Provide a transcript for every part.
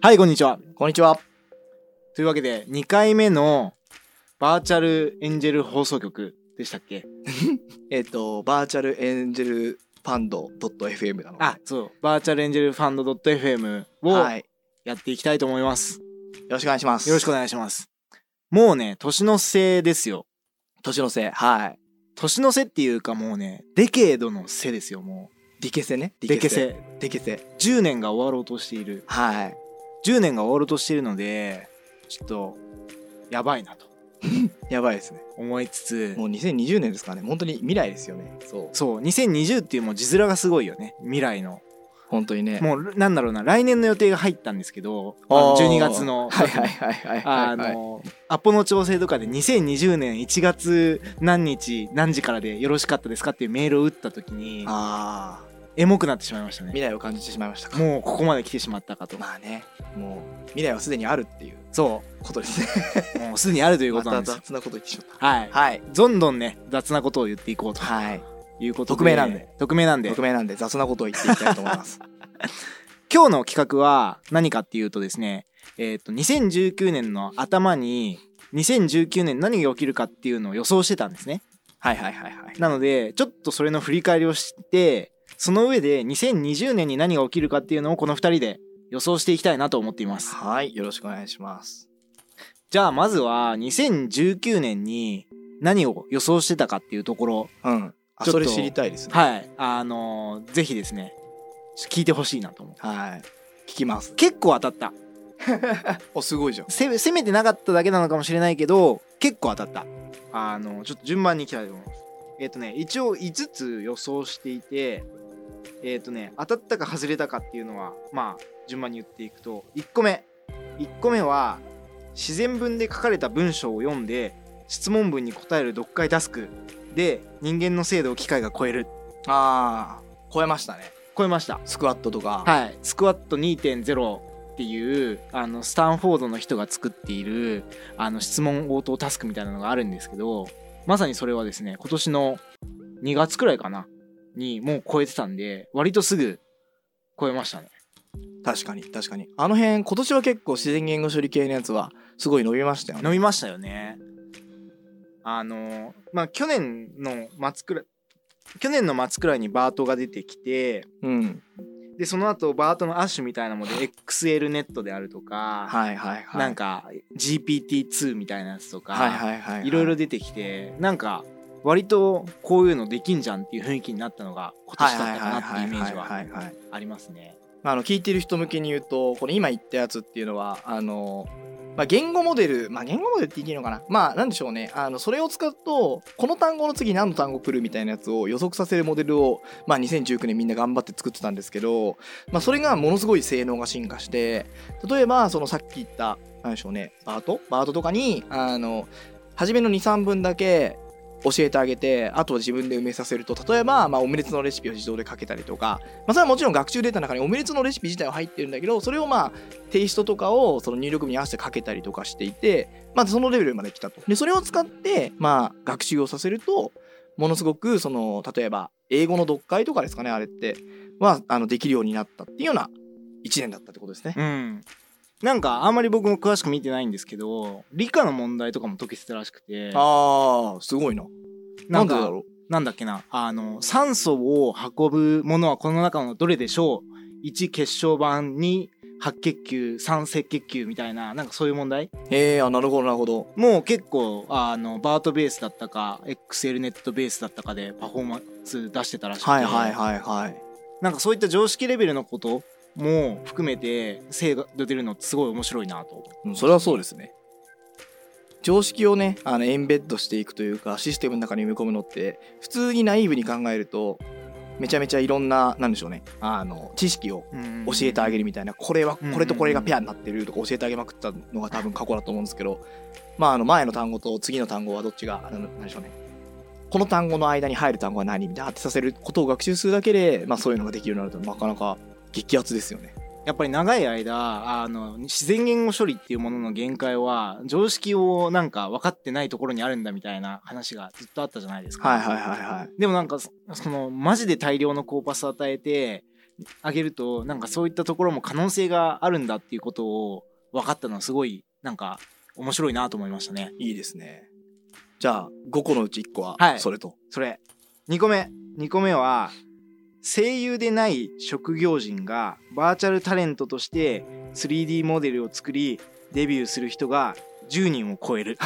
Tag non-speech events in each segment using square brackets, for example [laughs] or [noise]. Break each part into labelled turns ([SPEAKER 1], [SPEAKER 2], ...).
[SPEAKER 1] はい、こんにちは。
[SPEAKER 2] こんにちは。
[SPEAKER 1] というわけで、2回目のバーチャルエンジェル放送局でしたっけ
[SPEAKER 2] えっ、と、バーチャルエンジェルファンド .fm なので。
[SPEAKER 1] あ、そう、バーチャルエンジェルファンド .fm
[SPEAKER 2] は
[SPEAKER 1] を
[SPEAKER 2] い。よ
[SPEAKER 1] やっていきたいと思います。
[SPEAKER 2] ろしくお願いします。
[SPEAKER 1] よろしくお
[SPEAKER 2] く。
[SPEAKER 1] 願いします。もうね、年の瀬ですよ。
[SPEAKER 2] 年の瀬。はい。
[SPEAKER 1] 年の瀬っていうかもうね、デケードの瀬ですよ、も
[SPEAKER 2] ディケセね。
[SPEAKER 1] う。
[SPEAKER 2] デ
[SPEAKER 1] デケ。セ。
[SPEAKER 2] ディケセ。
[SPEAKER 1] 10年が終わろうとしている。
[SPEAKER 2] はい。
[SPEAKER 1] 10年が終わろうとしているので、ちょっと、やばいなと
[SPEAKER 2] やばいですね。
[SPEAKER 1] 思いつつ、
[SPEAKER 2] もう2020年ですからね。本当に未来ですよね。そう。
[SPEAKER 1] そう、2020っていうもう字面がすごいよね。未来の。
[SPEAKER 2] 本当にね。
[SPEAKER 1] もうなんだろうな来年の予定が入ったんですけどあ
[SPEAKER 2] あ
[SPEAKER 1] の
[SPEAKER 2] ー
[SPEAKER 1] 12月の、
[SPEAKER 2] はいはいはいはいはい
[SPEAKER 1] あ
[SPEAKER 2] はい。
[SPEAKER 1] のアポの調整とかで2020年1月何日何時からでよろしかったですかっていうメールを打った時に
[SPEAKER 2] ああ。
[SPEAKER 1] エモくなってしまいました
[SPEAKER 2] 未
[SPEAKER 1] ね
[SPEAKER 2] 来を感じてしまいましたか。
[SPEAKER 1] もうここまで来てしまったかと
[SPEAKER 2] まあね。もう未来はすでにあるっていう
[SPEAKER 1] そ
[SPEAKER 2] ことですね。
[SPEAKER 1] うもうすでにあるという
[SPEAKER 2] ま
[SPEAKER 1] ことな
[SPEAKER 2] た
[SPEAKER 1] んですよ
[SPEAKER 2] [laughs] 雑なこと言ってしまっ
[SPEAKER 1] はい
[SPEAKER 2] た。はい。
[SPEAKER 1] どんどんね雑なことを言っていこうと
[SPEAKER 2] はい。
[SPEAKER 1] いうことで
[SPEAKER 2] 匿名なんで
[SPEAKER 1] 匿名なんで
[SPEAKER 2] 匿名なんで雑なことを言っていきたいと思
[SPEAKER 1] [laughs]
[SPEAKER 2] います。
[SPEAKER 1] 今日の企画は何かっていうとですねえっ、と2019年の頭に2019年何が起きるかっていうのを予想してたんですね
[SPEAKER 2] はいはいはいはい。
[SPEAKER 1] なのでちょっとそれの振り返りをしてその上で2020年に何が起きるかっていうのをこの2人で予想していきたいなと思っています
[SPEAKER 2] はい。よろしくお願いします。
[SPEAKER 1] じゃあまずは2019年に何を予想してたかっていうところ
[SPEAKER 2] うん。あ
[SPEAKER 1] ちょっと
[SPEAKER 2] それ知りたいですね。
[SPEAKER 1] はいあのー、ぜひですねちょっと聞いてほしいなと思う
[SPEAKER 2] はい。聞きます。
[SPEAKER 1] 結構当たった
[SPEAKER 2] お、すごいじゃん。
[SPEAKER 1] せ攻めてなかっただけなのかもしれないけど結構当たったあのちょっと順番にいきたいと思いますえっ、とね一応5つ予想していてえっ、とね当たったか外れたかっていうのはまあ順番に言っていくと1個目1個目は自然文で書かれた文章を読んで質問文に答える読解タスクで人間の精度を機械が超える
[SPEAKER 2] ああ、超えましたね。
[SPEAKER 1] 超えました
[SPEAKER 2] スクワットとか。
[SPEAKER 1] はい、スクワット2.0っていうあのスタンフォードの人が作っているあの質問応答タスクみたいなのがあるんですけどまさにそれはですね今年の2月くらいかなにもう超えてたんで割とすぐ超えましたね
[SPEAKER 2] 確かに、確かに。あの辺、今年は結構自然言語処理系のやつは、すごい伸びましたよね。
[SPEAKER 1] 飲みましたよねあのまあ去年の末くらい去年の末くらいにバートが出てきて
[SPEAKER 2] うん。
[SPEAKER 1] でその後バートのアッシュみたいなのもで XL ネットであるとか、
[SPEAKER 2] はいはいはい。
[SPEAKER 1] なん、か GPT2 みたいなやつとか、
[SPEAKER 2] はいはいはい、はい。
[SPEAKER 1] いろいろ出てきてなんか割とこういうのできんじゃんっていう雰囲気になったのが今
[SPEAKER 2] は
[SPEAKER 1] 年
[SPEAKER 2] い
[SPEAKER 1] だ
[SPEAKER 2] は
[SPEAKER 1] っ
[SPEAKER 2] い
[SPEAKER 1] たか
[SPEAKER 2] はい
[SPEAKER 1] なって
[SPEAKER 2] は
[SPEAKER 1] いう
[SPEAKER 2] い
[SPEAKER 1] イメージ
[SPEAKER 2] は
[SPEAKER 1] はい
[SPEAKER 2] はい。
[SPEAKER 1] ありますね。
[SPEAKER 2] まあ、あの聞いてる人向けに言うとこれ今言ったやつっていうのはあの、まあ、言語モデル、まあ、言語モデルって言っていいのかなまあなんでしょうねあのそれを使うとこの単語の次何の単語来るみたいなやつを予測させるモデルを、まあ、2019年みんな頑張って作ってたんですけど、まあ、それがものすごい性能が進化して例えばそのさっき言ったなんでしょうねバートバートとかにあの初めの23分だけ教えてあげてあとは自分で埋めさせると例えば、まあ、オムレツのレシピを自動でかけたりとか、まあ、それはもちろん学習データの中にオムレツのレシピ自体は入ってるんだけどそれをまあテイストとかをその入力に合わせてかけたりとかしていて、まあ、そのレベルまで来たと。でそれを使って、まあ、学習をさせるとものすごくその例えば英語の読解とかですかねあれってはあのできるようになったっていうような1年だったってことですね。
[SPEAKER 1] うんなんかあんまり僕も詳しく見てないんですけど理科の問題とかも解けてたらしくて
[SPEAKER 2] あーすごいな。なんで
[SPEAKER 1] か
[SPEAKER 2] だろ
[SPEAKER 1] なんだっけなあの酸素を運ぶものはこの中のどれでしょう ?1 結晶板2白血球3赤血球みたいななんかそういう問題
[SPEAKER 2] うへえあなるほどなるほど。
[SPEAKER 1] もう結構あのバートベースだったか XL ネットベースだったかでパフォーマンス出してたらしくて、
[SPEAKER 2] はいはいはいはい。
[SPEAKER 1] なんかそういった常識レベルのことも含めて精が出てるのってすごい面白いなと
[SPEAKER 2] うん、それはそうですね。常識をね、あのエンベッドしていくというか、システムの中に埋め込むのって、普通にナイーブに考えると、めちゃめちゃいろんな、なんでしょうね、あの、知識を教えてあげ
[SPEAKER 1] る
[SPEAKER 2] るみたいな、これは、
[SPEAKER 1] うん
[SPEAKER 2] これとこれがペアになってるとか教えてあげまくったのが多分過去だと思うんですけど、まあ、あの、前の単語と次の単語はどっちが、あのなんでしょうね。この単語の間に入る単語は何みたいな当てさせることを学習するだけで、まあ、そういうのができるようになると、なかなか激アツですよね。
[SPEAKER 1] やっぱり長い間あの自然言語処理っていうものの限界は常識をなんか分かってないところにあるんだみたいな話がずっとあったじゃないですか。
[SPEAKER 2] はいはいはいはい。
[SPEAKER 1] でもなんかそそのマジで大量のコーパス与えてあげるとなんかそういったところも可能性があるんだっていうことを分かったのはすごいなんか面白いなと思いましたね。
[SPEAKER 2] いいですね。じゃあ5個のうち1個は
[SPEAKER 1] はい
[SPEAKER 2] それと。
[SPEAKER 1] それ2個目2個目は声優でない職業人がバーチャルタレントとして 3D モデルを作りデビューする人が10人を超える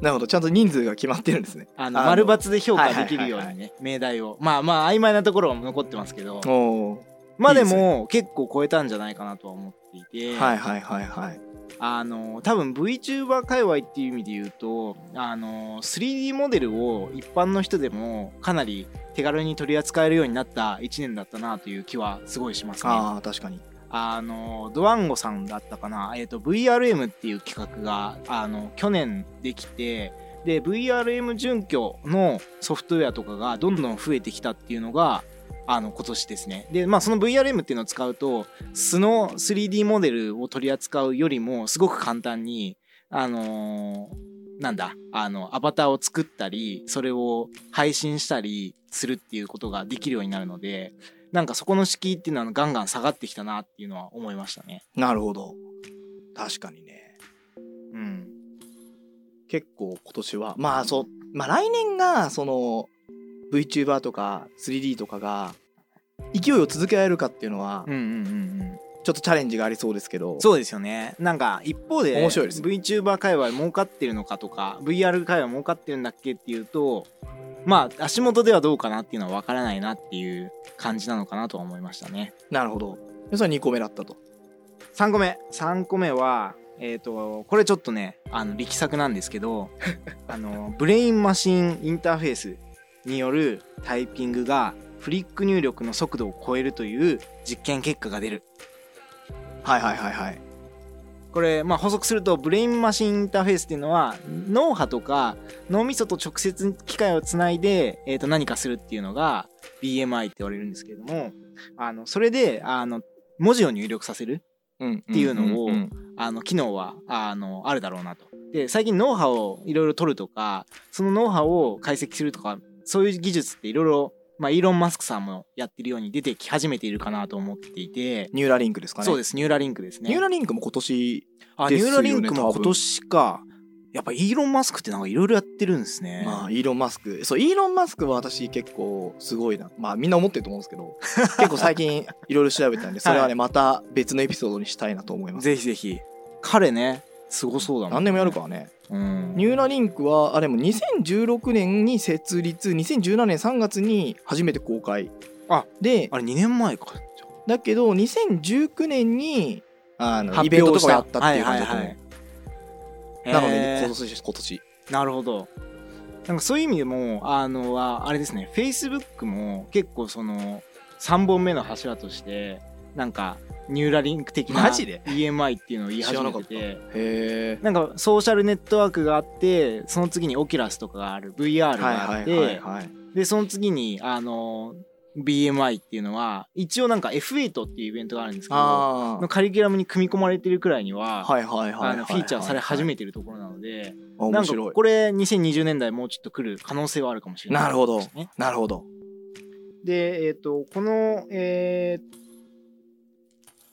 [SPEAKER 2] なるほどちゃんと人数が決まってるんですね。
[SPEAKER 1] あの
[SPEAKER 2] あの
[SPEAKER 1] 丸抜で評価できるよう
[SPEAKER 2] はいはいはい
[SPEAKER 1] にね命題をまあまあ曖昧なところは残ってますけど
[SPEAKER 2] おお
[SPEAKER 1] まあで
[SPEAKER 2] いいです
[SPEAKER 1] も結構超えたんじゃないかなとは思っていて、
[SPEAKER 2] ー。はいはいはいはい。
[SPEAKER 1] あの多分 VTuber 界隈っていう意味で言うとあの 3D モデルを一般の人でもかなり手軽に取り扱えるようになった1年だったなという気はすごいしますね。あ
[SPEAKER 2] ああ確かに。
[SPEAKER 1] のドワンゴさんだったかな、えー、と VRM っていう企画があの去年できてで VRM 準拠のソフトウェアとかがどんどん増えてきたっていうのがあの今年ですね。で、まあ、その VRM っていうのを使うと素の 3D モデルを取り扱うよりもすごく簡単にあのーなんだあのアバターを作ったりそれを配信したりするっていうことができるようになるのでなんかそこの敷居っていうのはガンガン下がってきたなっていうのは思いましたね。
[SPEAKER 2] なるほど。確かにね。
[SPEAKER 1] うん、
[SPEAKER 2] 結構今年はまあそうまあ来年がその VTuber とか 3D とかが勢いを続けられるかっていうのは
[SPEAKER 1] うんうんうんうん
[SPEAKER 2] ちょっとチャレンジがありそうですけど
[SPEAKER 1] そうですよねなんか一方で
[SPEAKER 2] 面白いですね
[SPEAKER 1] VTuber 界隈儲かってるのかとか VR 界隈儲かってるんだっけっていうとまあ足元ではどうかなっていうのは分からないなっていう感じなのかなとは思いましたね。
[SPEAKER 2] なるほどでそれ2個目だったと
[SPEAKER 1] 3個目3個目はえっ、とこれちょっとねあの力作なんですけどあのブレインマシンインターフェースによるタイピングがフリック入力の速度を超えるという実験結果が出る
[SPEAKER 2] はいはいはいはい
[SPEAKER 1] これ、まあ、補足するとブレインマシンインターフェースっていうのは脳波とか脳みそと直接機械をつないで、えー、と何かするっていうのが BMI って言われるんですけれどもあのそれであの文字を入力させる
[SPEAKER 2] って
[SPEAKER 1] いうのをあの機能はあのあるだろうなと。で最近ノウハウをいろいろ取るとかそのノウハウを解析するとかそういう技術っていろいろまあイーロン・マスクさんもやってるように出てき始めているかなと思っていて、
[SPEAKER 2] ニューラリンクですかね
[SPEAKER 1] そうですニューラリンクですね
[SPEAKER 2] ニューラリンクも今年
[SPEAKER 1] あニ
[SPEAKER 2] です
[SPEAKER 1] ュ
[SPEAKER 2] よね
[SPEAKER 1] ーラリンク
[SPEAKER 2] 多
[SPEAKER 1] も
[SPEAKER 2] 分
[SPEAKER 1] 今年かやっぱイーロン・マスクってなんかいろいろやってるんですね、
[SPEAKER 2] まあイーロン・マスクそうイーロン・マスクは私結構すごいなまあみんな思ってると思うんですけど
[SPEAKER 1] [laughs]
[SPEAKER 2] 結構最近いろいろ調べたんでそれはねまた別のエピソードにしたいなと思います
[SPEAKER 1] ぜひぜひ彼ねすごそうだもん、
[SPEAKER 2] 何でもやるからね
[SPEAKER 1] うん
[SPEAKER 2] ニューラリンクはあれも2016年に設立2017年3月に初めて公開
[SPEAKER 1] あ
[SPEAKER 2] で
[SPEAKER 1] あれ2年前か
[SPEAKER 2] だけど2019年にあのイ
[SPEAKER 1] 発
[SPEAKER 2] ベント
[SPEAKER 1] 表し
[SPEAKER 2] とか
[SPEAKER 1] た
[SPEAKER 2] やったっていう感じだと思う、
[SPEAKER 1] はいはいはい
[SPEAKER 2] なの
[SPEAKER 1] へ
[SPEAKER 2] で
[SPEAKER 1] ー
[SPEAKER 2] 今年今年
[SPEAKER 1] なるほど。なんかそういう意味でもあのはあれですね Facebook も結構その3本目の柱としてなんかニューラリンク的な
[SPEAKER 2] マジで
[SPEAKER 1] EMI っていうのを言い始めて
[SPEAKER 2] 知ら
[SPEAKER 1] て
[SPEAKER 2] へえ
[SPEAKER 1] なんかソーシャルネットワークがあってその次にオキュラスとかがある VR
[SPEAKER 2] はい
[SPEAKER 1] があっ
[SPEAKER 2] はいはい
[SPEAKER 1] て
[SPEAKER 2] はい
[SPEAKER 1] でその次にあの BMI っていうのは一応なんか F8 っていうイベントがあるんですけど
[SPEAKER 2] あ
[SPEAKER 1] のカリキュラムに組み込まれてるくらいには、
[SPEAKER 2] あはいはいはいはいはい
[SPEAKER 1] あのフィーチャーされ始
[SPEAKER 2] め
[SPEAKER 1] めてるところなので。な
[SPEAKER 2] 面
[SPEAKER 1] んか
[SPEAKER 2] 白い
[SPEAKER 1] これ2020年代もうちょっと来る可能性はあるかもしれない、
[SPEAKER 2] なるほど
[SPEAKER 1] ね
[SPEAKER 2] なるほど
[SPEAKER 1] で、えっとこの、え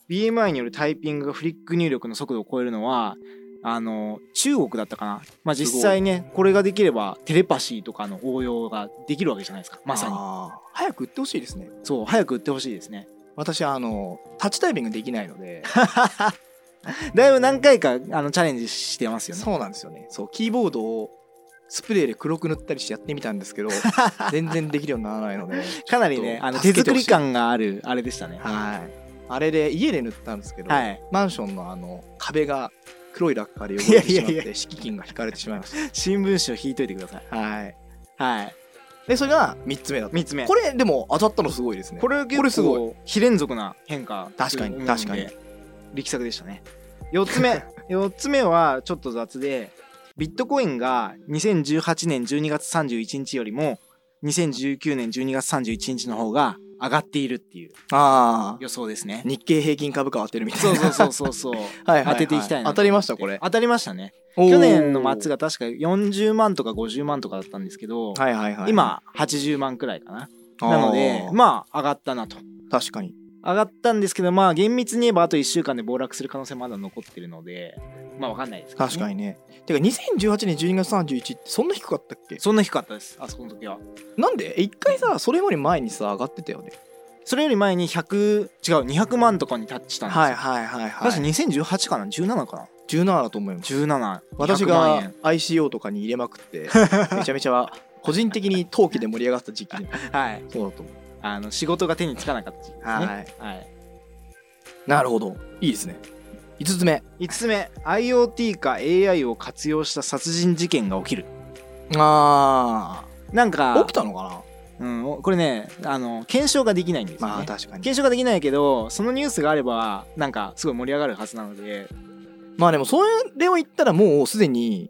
[SPEAKER 1] ー BMI によるタイピングがフリック入力の速度を超えるのはあの中国だったかな、まあ、
[SPEAKER 2] すごい
[SPEAKER 1] 実際ねこれができればテレパシーとかの応用ができるわけじゃないですかまさに
[SPEAKER 2] あー早く売ってほしいですね
[SPEAKER 1] そう早く売ってほしいですね
[SPEAKER 2] 私あのタッチタイピングできないので
[SPEAKER 1] だいぶ何回かあのチャレンジしてますよね
[SPEAKER 2] そうなんですよねそうキーボードをスプレーで黒く塗ったりしてやってみたんです
[SPEAKER 1] [laughs]
[SPEAKER 2] けど全然できるようにならないので
[SPEAKER 1] かなりねあの
[SPEAKER 2] 助
[SPEAKER 1] 手
[SPEAKER 2] けて
[SPEAKER 1] 作
[SPEAKER 2] ほし
[SPEAKER 1] り
[SPEAKER 2] い
[SPEAKER 1] 感があるあれでしたね
[SPEAKER 2] はいあれで家で塗ったんですけど、
[SPEAKER 1] はい
[SPEAKER 2] マンションのあの壁が黒い落下で汚れてしまっ
[SPEAKER 1] いやいやい
[SPEAKER 2] て敷金が引かれてしまいまし
[SPEAKER 1] 新聞紙を引いといてください
[SPEAKER 2] たはい
[SPEAKER 1] はい
[SPEAKER 2] でそれが3つ目だった
[SPEAKER 1] 3つ目
[SPEAKER 2] これでも当たったのすごいですね
[SPEAKER 1] これ
[SPEAKER 2] これ
[SPEAKER 1] 結
[SPEAKER 2] すご
[SPEAKER 1] 構非連続な変化
[SPEAKER 2] 確かに
[SPEAKER 1] という
[SPEAKER 2] 確かに
[SPEAKER 1] 力作でしたね4つ [laughs] 目四つ目はちょっと雑でビットコインが2018年12月31日よりも2019年12月31日の方が上がっているっていう
[SPEAKER 2] ああ
[SPEAKER 1] 予想ですね
[SPEAKER 2] 日経平均株価当てるみたい
[SPEAKER 1] そう
[SPEAKER 2] な
[SPEAKER 1] そうそう
[SPEAKER 2] そ
[SPEAKER 1] そう [laughs] そう
[SPEAKER 2] う [laughs] はいはい、
[SPEAKER 1] 当てていきたいな
[SPEAKER 2] 当たりましたこれ
[SPEAKER 1] 当たりましたね
[SPEAKER 2] 去
[SPEAKER 1] 去年の末が確か40万とか50万とかだったんですけど、
[SPEAKER 2] はいはいはい
[SPEAKER 1] 今80万くらいかな
[SPEAKER 2] あー
[SPEAKER 1] なのでまあ上がったなと
[SPEAKER 2] 確かに
[SPEAKER 1] 上がったんですけど、まあ厳密に言えばあと1週間で暴落する可能性まだ残ってるので、まあわかんないですけどね
[SPEAKER 2] 確かにね。てか2018年12月31ってそんな低かったっけ
[SPEAKER 1] そんな低かったです、あそこの時は。
[SPEAKER 2] なんでえ一回さそれより前にさ上がってたよね。
[SPEAKER 1] それより前に100、違う、200万とかにタッチしたんですよ。
[SPEAKER 2] はいはいはいはい。
[SPEAKER 1] 確か2018かな ?17 かな
[SPEAKER 2] 17だと思います。
[SPEAKER 1] ?17。
[SPEAKER 2] 私
[SPEAKER 1] 200万
[SPEAKER 2] が
[SPEAKER 1] 円
[SPEAKER 2] ICO とかに入れまく [laughs] ってめちゃめちゃ個人的に陶器で盛り上がった時期に
[SPEAKER 1] はい。
[SPEAKER 2] そうだと思う。
[SPEAKER 1] あの、仕事が手につかなかった時期ですね。
[SPEAKER 2] はい。
[SPEAKER 1] はい。
[SPEAKER 2] [laughs] なるほど。いいですね。5つ目。
[SPEAKER 1] 5つ目、IoT か AI を活用した殺人事件が起きる。
[SPEAKER 2] あ
[SPEAKER 1] なんか、
[SPEAKER 2] 起きたのか
[SPEAKER 1] うん、おこれね、あの、検証ができないんです
[SPEAKER 2] な
[SPEAKER 1] よ、ね。
[SPEAKER 2] まあ確かに。
[SPEAKER 1] 検証ができないけどそのニュースがあればなんかすごい盛り上がるはずなので
[SPEAKER 2] まあでもそれを言ったらもうすでに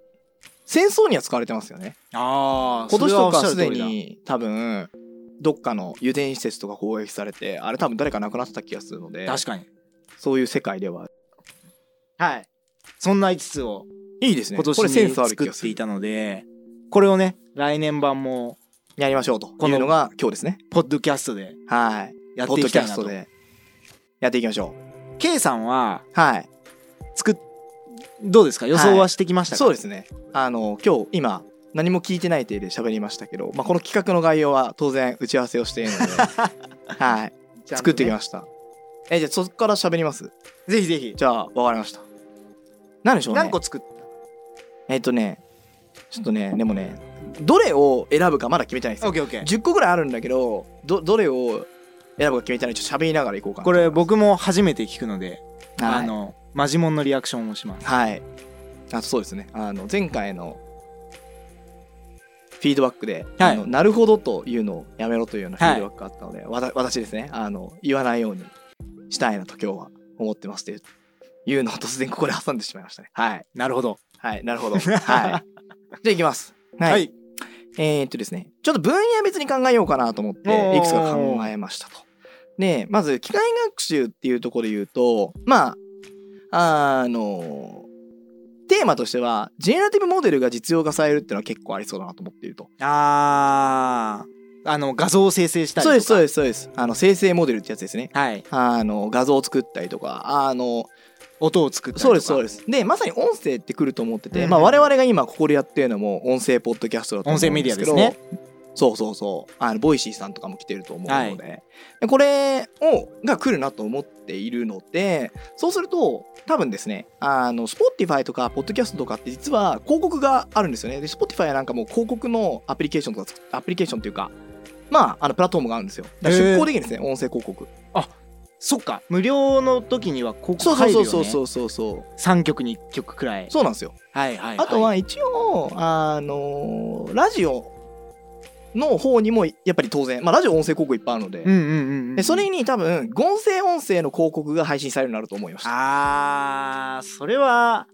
[SPEAKER 2] 戦争には使われてますよね。
[SPEAKER 1] あ
[SPEAKER 2] 今年とかすでに多分どっかの油田施設とか攻撃されてあれ多分誰か亡くなってた気がするので
[SPEAKER 1] 確かに
[SPEAKER 2] そういう世界では
[SPEAKER 1] はいそんな5つを
[SPEAKER 2] いいですね
[SPEAKER 1] 今
[SPEAKER 2] こ
[SPEAKER 1] 年
[SPEAKER 2] れセン
[SPEAKER 1] に
[SPEAKER 2] スある気
[SPEAKER 1] 作
[SPEAKER 2] が
[SPEAKER 1] っ
[SPEAKER 2] す
[SPEAKER 1] てい
[SPEAKER 2] る
[SPEAKER 1] たのでこれをね来年版も
[SPEAKER 2] やりましょうというのが今日ですね
[SPEAKER 1] ポッドキャストで
[SPEAKER 2] はい
[SPEAKER 1] やっ
[SPEAKER 2] ポ
[SPEAKER 1] てい
[SPEAKER 2] ッド
[SPEAKER 1] き
[SPEAKER 2] キ
[SPEAKER 1] た
[SPEAKER 2] ャ
[SPEAKER 1] いな
[SPEAKER 2] ス
[SPEAKER 1] と
[SPEAKER 2] トでやっていきましょ
[SPEAKER 1] K さんは
[SPEAKER 2] うはい
[SPEAKER 1] 作っどうですか予想はしてきましたか、
[SPEAKER 2] そうですねあの今日今何も聞いてない体で喋りましたけど、まあ、この企画の概要は当然打ち合わせをしてい [laughs] るのではい作ってき
[SPEAKER 1] し
[SPEAKER 2] ましたえじゃあそっから喋ります
[SPEAKER 1] たぜひぜひ
[SPEAKER 2] じゃあ分かりました何でしょうね
[SPEAKER 1] 何個作っ
[SPEAKER 2] えっとねちょっとねでもねどれを選ぶかまだ決めてないです
[SPEAKER 1] た
[SPEAKER 2] よ
[SPEAKER 1] OKOK
[SPEAKER 2] 10個ぐらいあるんだけどどどれを選ぶか決めてないちょっと喋りながらいこうかな
[SPEAKER 1] これ僕も初めて聞くので、
[SPEAKER 2] はい、
[SPEAKER 1] あのマジモンのリアクションをします
[SPEAKER 2] はいあとそうですねあの前回のフィードバックで、
[SPEAKER 1] はい
[SPEAKER 2] あのなるほどというのをやめろというようなフィードバックがあったので、わた私ですねあの言わないようにしたいなと今日は思ってますといういうのを突然ここで挟んでしまいましたねはい
[SPEAKER 1] なるほど
[SPEAKER 2] はいなる
[SPEAKER 1] [laughs]
[SPEAKER 2] ほどはいじゃあいきますはいえーっとですね、ちょっと分野別に考えようかなと思って
[SPEAKER 1] お、ー
[SPEAKER 2] いくつか考えましたと。で、まず機械学習っていうところで言うと、まあ、あの、テーマとしては、ジェネラティブモデルが実用化されるっていうのは結構ありそうだなと思っていると。
[SPEAKER 1] あーあの画像を生成したりと
[SPEAKER 2] そう
[SPEAKER 1] か
[SPEAKER 2] です、そう
[SPEAKER 1] で
[SPEAKER 2] です、そうです。あの、生成モデルってやつですね。
[SPEAKER 1] すはい
[SPEAKER 2] あの、画像を作ったりとか、あの、
[SPEAKER 1] 音を作ったりとか
[SPEAKER 2] そうです、そう
[SPEAKER 1] です
[SPEAKER 2] です。で、まさに音声ってくると思ってて、
[SPEAKER 1] うん
[SPEAKER 2] まあ、我々が今ここでやってるのも音声ポッドキャストだと思うんですけど、
[SPEAKER 1] 音声メディア
[SPEAKER 2] そうそうそう、あのボイシーさんとかも来てると思うので、でこれをが来るなと思っているので、そうすると多分ですね、あの Spotify とかポッドキャストとかって実は広告があるんですよね。で、Spotify なんかもう広告のアプリケーションとか作っアプリケーションというか。まあ、あのプラットフォームがあるんですよ。だから
[SPEAKER 1] へー
[SPEAKER 2] 出稿できるんですね、音声広告。
[SPEAKER 1] そっか無料の時にはここ
[SPEAKER 2] そう
[SPEAKER 1] 入る
[SPEAKER 2] そ
[SPEAKER 1] よ、
[SPEAKER 2] う
[SPEAKER 1] ね、
[SPEAKER 2] そうそうそうそう。
[SPEAKER 1] 3曲に1曲くらい
[SPEAKER 2] そうなんですよ。
[SPEAKER 1] はいはい、
[SPEAKER 2] あとは一応、あのラジオの方にもやっぱり当然、まあ、ラジオ音声広告いっぱいあるので,、
[SPEAKER 1] うんうんうん、うん、
[SPEAKER 2] でそれに多分音声音声の広告が配信されるようになると思いました
[SPEAKER 1] あーそれは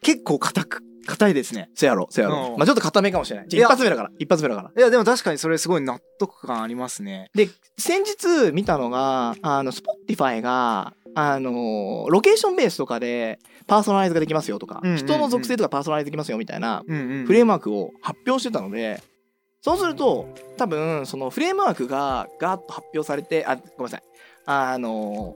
[SPEAKER 1] 結構硬く硬いですね
[SPEAKER 2] せやろせやろ、
[SPEAKER 1] うん
[SPEAKER 2] まあ、ちょっと固めかもしれない
[SPEAKER 1] い
[SPEAKER 2] 一
[SPEAKER 1] や
[SPEAKER 2] 発目だから一発目だから
[SPEAKER 1] いやでも確かにそれすごい納得感ありますね
[SPEAKER 2] で先日見たのがあの Spotify があのロケーションベースとかでパーソナライズができますよとか、
[SPEAKER 1] うんうんうん
[SPEAKER 2] 人の属性とかパーソナライズできますよみたいな
[SPEAKER 1] うんうん
[SPEAKER 2] フレームワークを発表してたのでそうすると多分そのフレームワークがガーッと発表されてあごめんなさいあの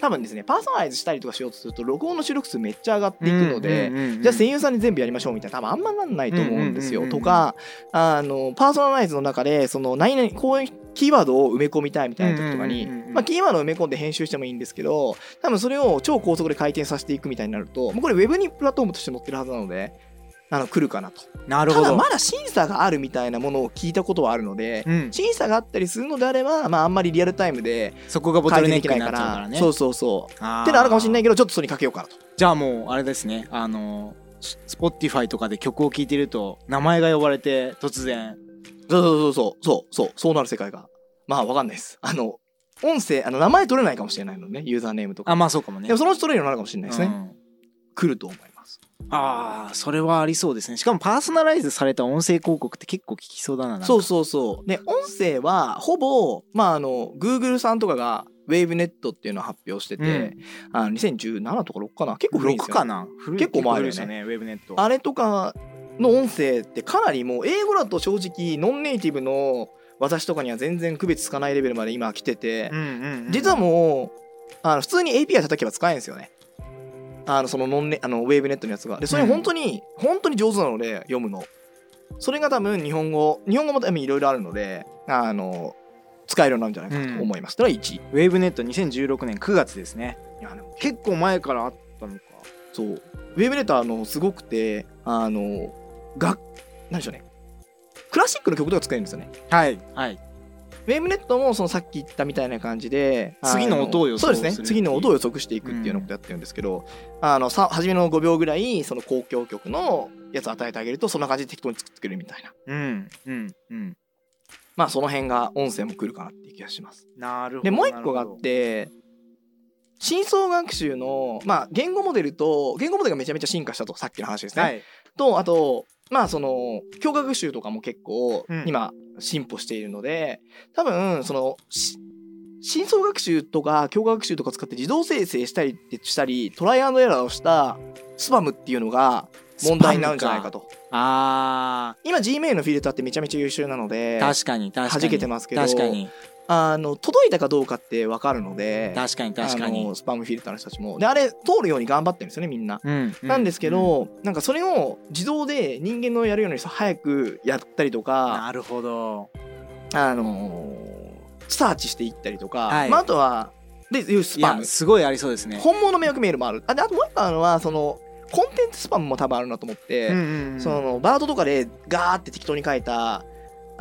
[SPEAKER 2] 多分ですねパーソナライズしたりとかしようとすると録音の収録数めっちゃ上がっていくので、
[SPEAKER 1] うんうんうんうん
[SPEAKER 2] じゃあ声優さんに全部やりましょうみたいな多分あんまなんないと思うんです
[SPEAKER 1] うん
[SPEAKER 2] よ。
[SPEAKER 1] うんうんうん
[SPEAKER 2] とかあのパーソナライズの中でその何々こういうキーワードを埋め込みたいみたいな時とかに、
[SPEAKER 1] うんうんうんうん
[SPEAKER 2] まあ、キーワードを埋め込んで編集してもいいんですけど多分それを超高速で回転させていくみたいになるともうこれウェブにプラットフォームとして載ってるはずなのであの来るかなと。
[SPEAKER 1] なる
[SPEAKER 2] た
[SPEAKER 1] ほ
[SPEAKER 2] だ
[SPEAKER 1] ど
[SPEAKER 2] まだ審査があるみたいなものを聞いたことはあるので、
[SPEAKER 1] うん、
[SPEAKER 2] 審査があったりするのであれば、まあ、あんまりリアルタイムで
[SPEAKER 1] そこがボト
[SPEAKER 2] 改
[SPEAKER 1] ル
[SPEAKER 2] 善
[SPEAKER 1] ネ
[SPEAKER 2] で
[SPEAKER 1] ッ
[SPEAKER 2] き
[SPEAKER 1] ク
[SPEAKER 2] ない
[SPEAKER 1] にな
[SPEAKER 2] か
[SPEAKER 1] っちゃうかららね
[SPEAKER 2] そうそうそう
[SPEAKER 1] あー
[SPEAKER 2] ってのはあるかもしれないけどちょっとそれにかけようかなと
[SPEAKER 1] じゃあもうあれですねあの Spotify とかで曲を聴いてると名前が呼ばれて突然
[SPEAKER 2] そうそうそうそうそうそうそうなる世界がまあわかんないですあの音声あの名前取れないかもしれないのねユーザーネームとか
[SPEAKER 1] あまあそうかもね
[SPEAKER 2] でもそのうち取れるようになるかもしれないですね、
[SPEAKER 1] うん
[SPEAKER 2] 来ると思います
[SPEAKER 1] ああそれはありそうですねしかもパーソナライズされた音声広告って結構効きそうだななんか
[SPEAKER 2] そうそうそうで音声はほぼまああの Google さんとかがウェーブネットっていうのを発表してて、
[SPEAKER 1] うん
[SPEAKER 2] あの2017とか6かな結構古いんで
[SPEAKER 1] 6
[SPEAKER 2] すよ
[SPEAKER 1] かな古い
[SPEAKER 2] 結構前だよ
[SPEAKER 1] 古い
[SPEAKER 2] ね
[SPEAKER 1] ですよねウェブネット
[SPEAKER 2] あれとかの音声ってかなりもう英語だと正直ノンネイティブの私とかには全然区別つかないレベルまで今来てて、
[SPEAKER 1] うんうんうん、
[SPEAKER 2] 実はもうあの普通に API 叩けば使えるんですよねあのそのノンネあのウェーブネットのやつがでそれ本当に、本当に上手なので読むのそれが多分日本語日本語も多分いろいろあるのであの使えるようになるんじゃないかと思います、それは1い
[SPEAKER 1] ウェーブネット2016年9月ですね
[SPEAKER 2] やでも
[SPEAKER 1] 結構前からあったのか
[SPEAKER 2] そうウェーブネットはあのすごくてあの楽何でしょうねクラシックの曲とか作れるんですよね
[SPEAKER 1] はいはい
[SPEAKER 2] ウェーブネットもそのさっき言ったみたいな感じで
[SPEAKER 1] 次の音を予測
[SPEAKER 2] そうです
[SPEAKER 1] するって
[SPEAKER 2] ね
[SPEAKER 1] いう
[SPEAKER 2] 次の音を予測していくっていうようなことやってるんですけど、あのさ初めの5秒ぐらいその公共曲のやつを与えてあげるとそんな感じで適当に作ってくれるみたいな
[SPEAKER 1] うんうんうん
[SPEAKER 2] まあその辺が音声も来るかなっていう気がします
[SPEAKER 1] なるほど
[SPEAKER 2] でもう一個があって深層学習のまあ言語モデルと言語モデルがめちゃめちゃ進化したとさっきの話ですね、
[SPEAKER 1] はい
[SPEAKER 2] とあとまあその教科学習とかも結構
[SPEAKER 1] うん
[SPEAKER 2] 今進歩しているので、多分そのし深層学習とか教科学習とか使って自動生成したりってしたりトライアンドエラーをしたスパムっていうのが問題になるんじゃないかと
[SPEAKER 1] あ
[SPEAKER 2] 今 Gmail のフィルターってめちゃめちゃ優秀なので
[SPEAKER 1] ー確かに確かに
[SPEAKER 2] 弾けてますけど
[SPEAKER 1] 確かに
[SPEAKER 2] あの届いたかどうかって分かるので
[SPEAKER 1] 確かに確か
[SPEAKER 2] あ
[SPEAKER 1] に
[SPEAKER 2] のスパムフィルターの人たちもであれ通るように頑張ってるんですよねみんな
[SPEAKER 1] うん
[SPEAKER 2] なんですけど、なんかそれを自動で人間のやるように早くやったりと
[SPEAKER 1] うん
[SPEAKER 2] か、
[SPEAKER 1] なるほど
[SPEAKER 2] あのーサーチしていったりとか、
[SPEAKER 1] はい
[SPEAKER 2] まあ、あとはでいうス
[SPEAKER 1] い
[SPEAKER 2] パ
[SPEAKER 1] や
[SPEAKER 2] ム
[SPEAKER 1] すごいありそうですね
[SPEAKER 2] 本物迷惑メールもあるあであともう一個あるのはそのコンテンツスパムも多分あるなと思って、
[SPEAKER 1] うんうんうん
[SPEAKER 2] そのバードとかでガーって適当に書いた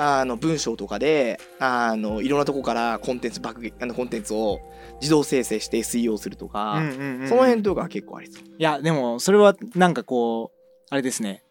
[SPEAKER 2] あの文章とかであのいろんなとこからコンテンツ爆撃あのコンテンツを自動生成して SEO するとか、
[SPEAKER 1] うんうんうん
[SPEAKER 2] その辺とかは結構ありそう。
[SPEAKER 1] いやでもそれはなんかこうあれですね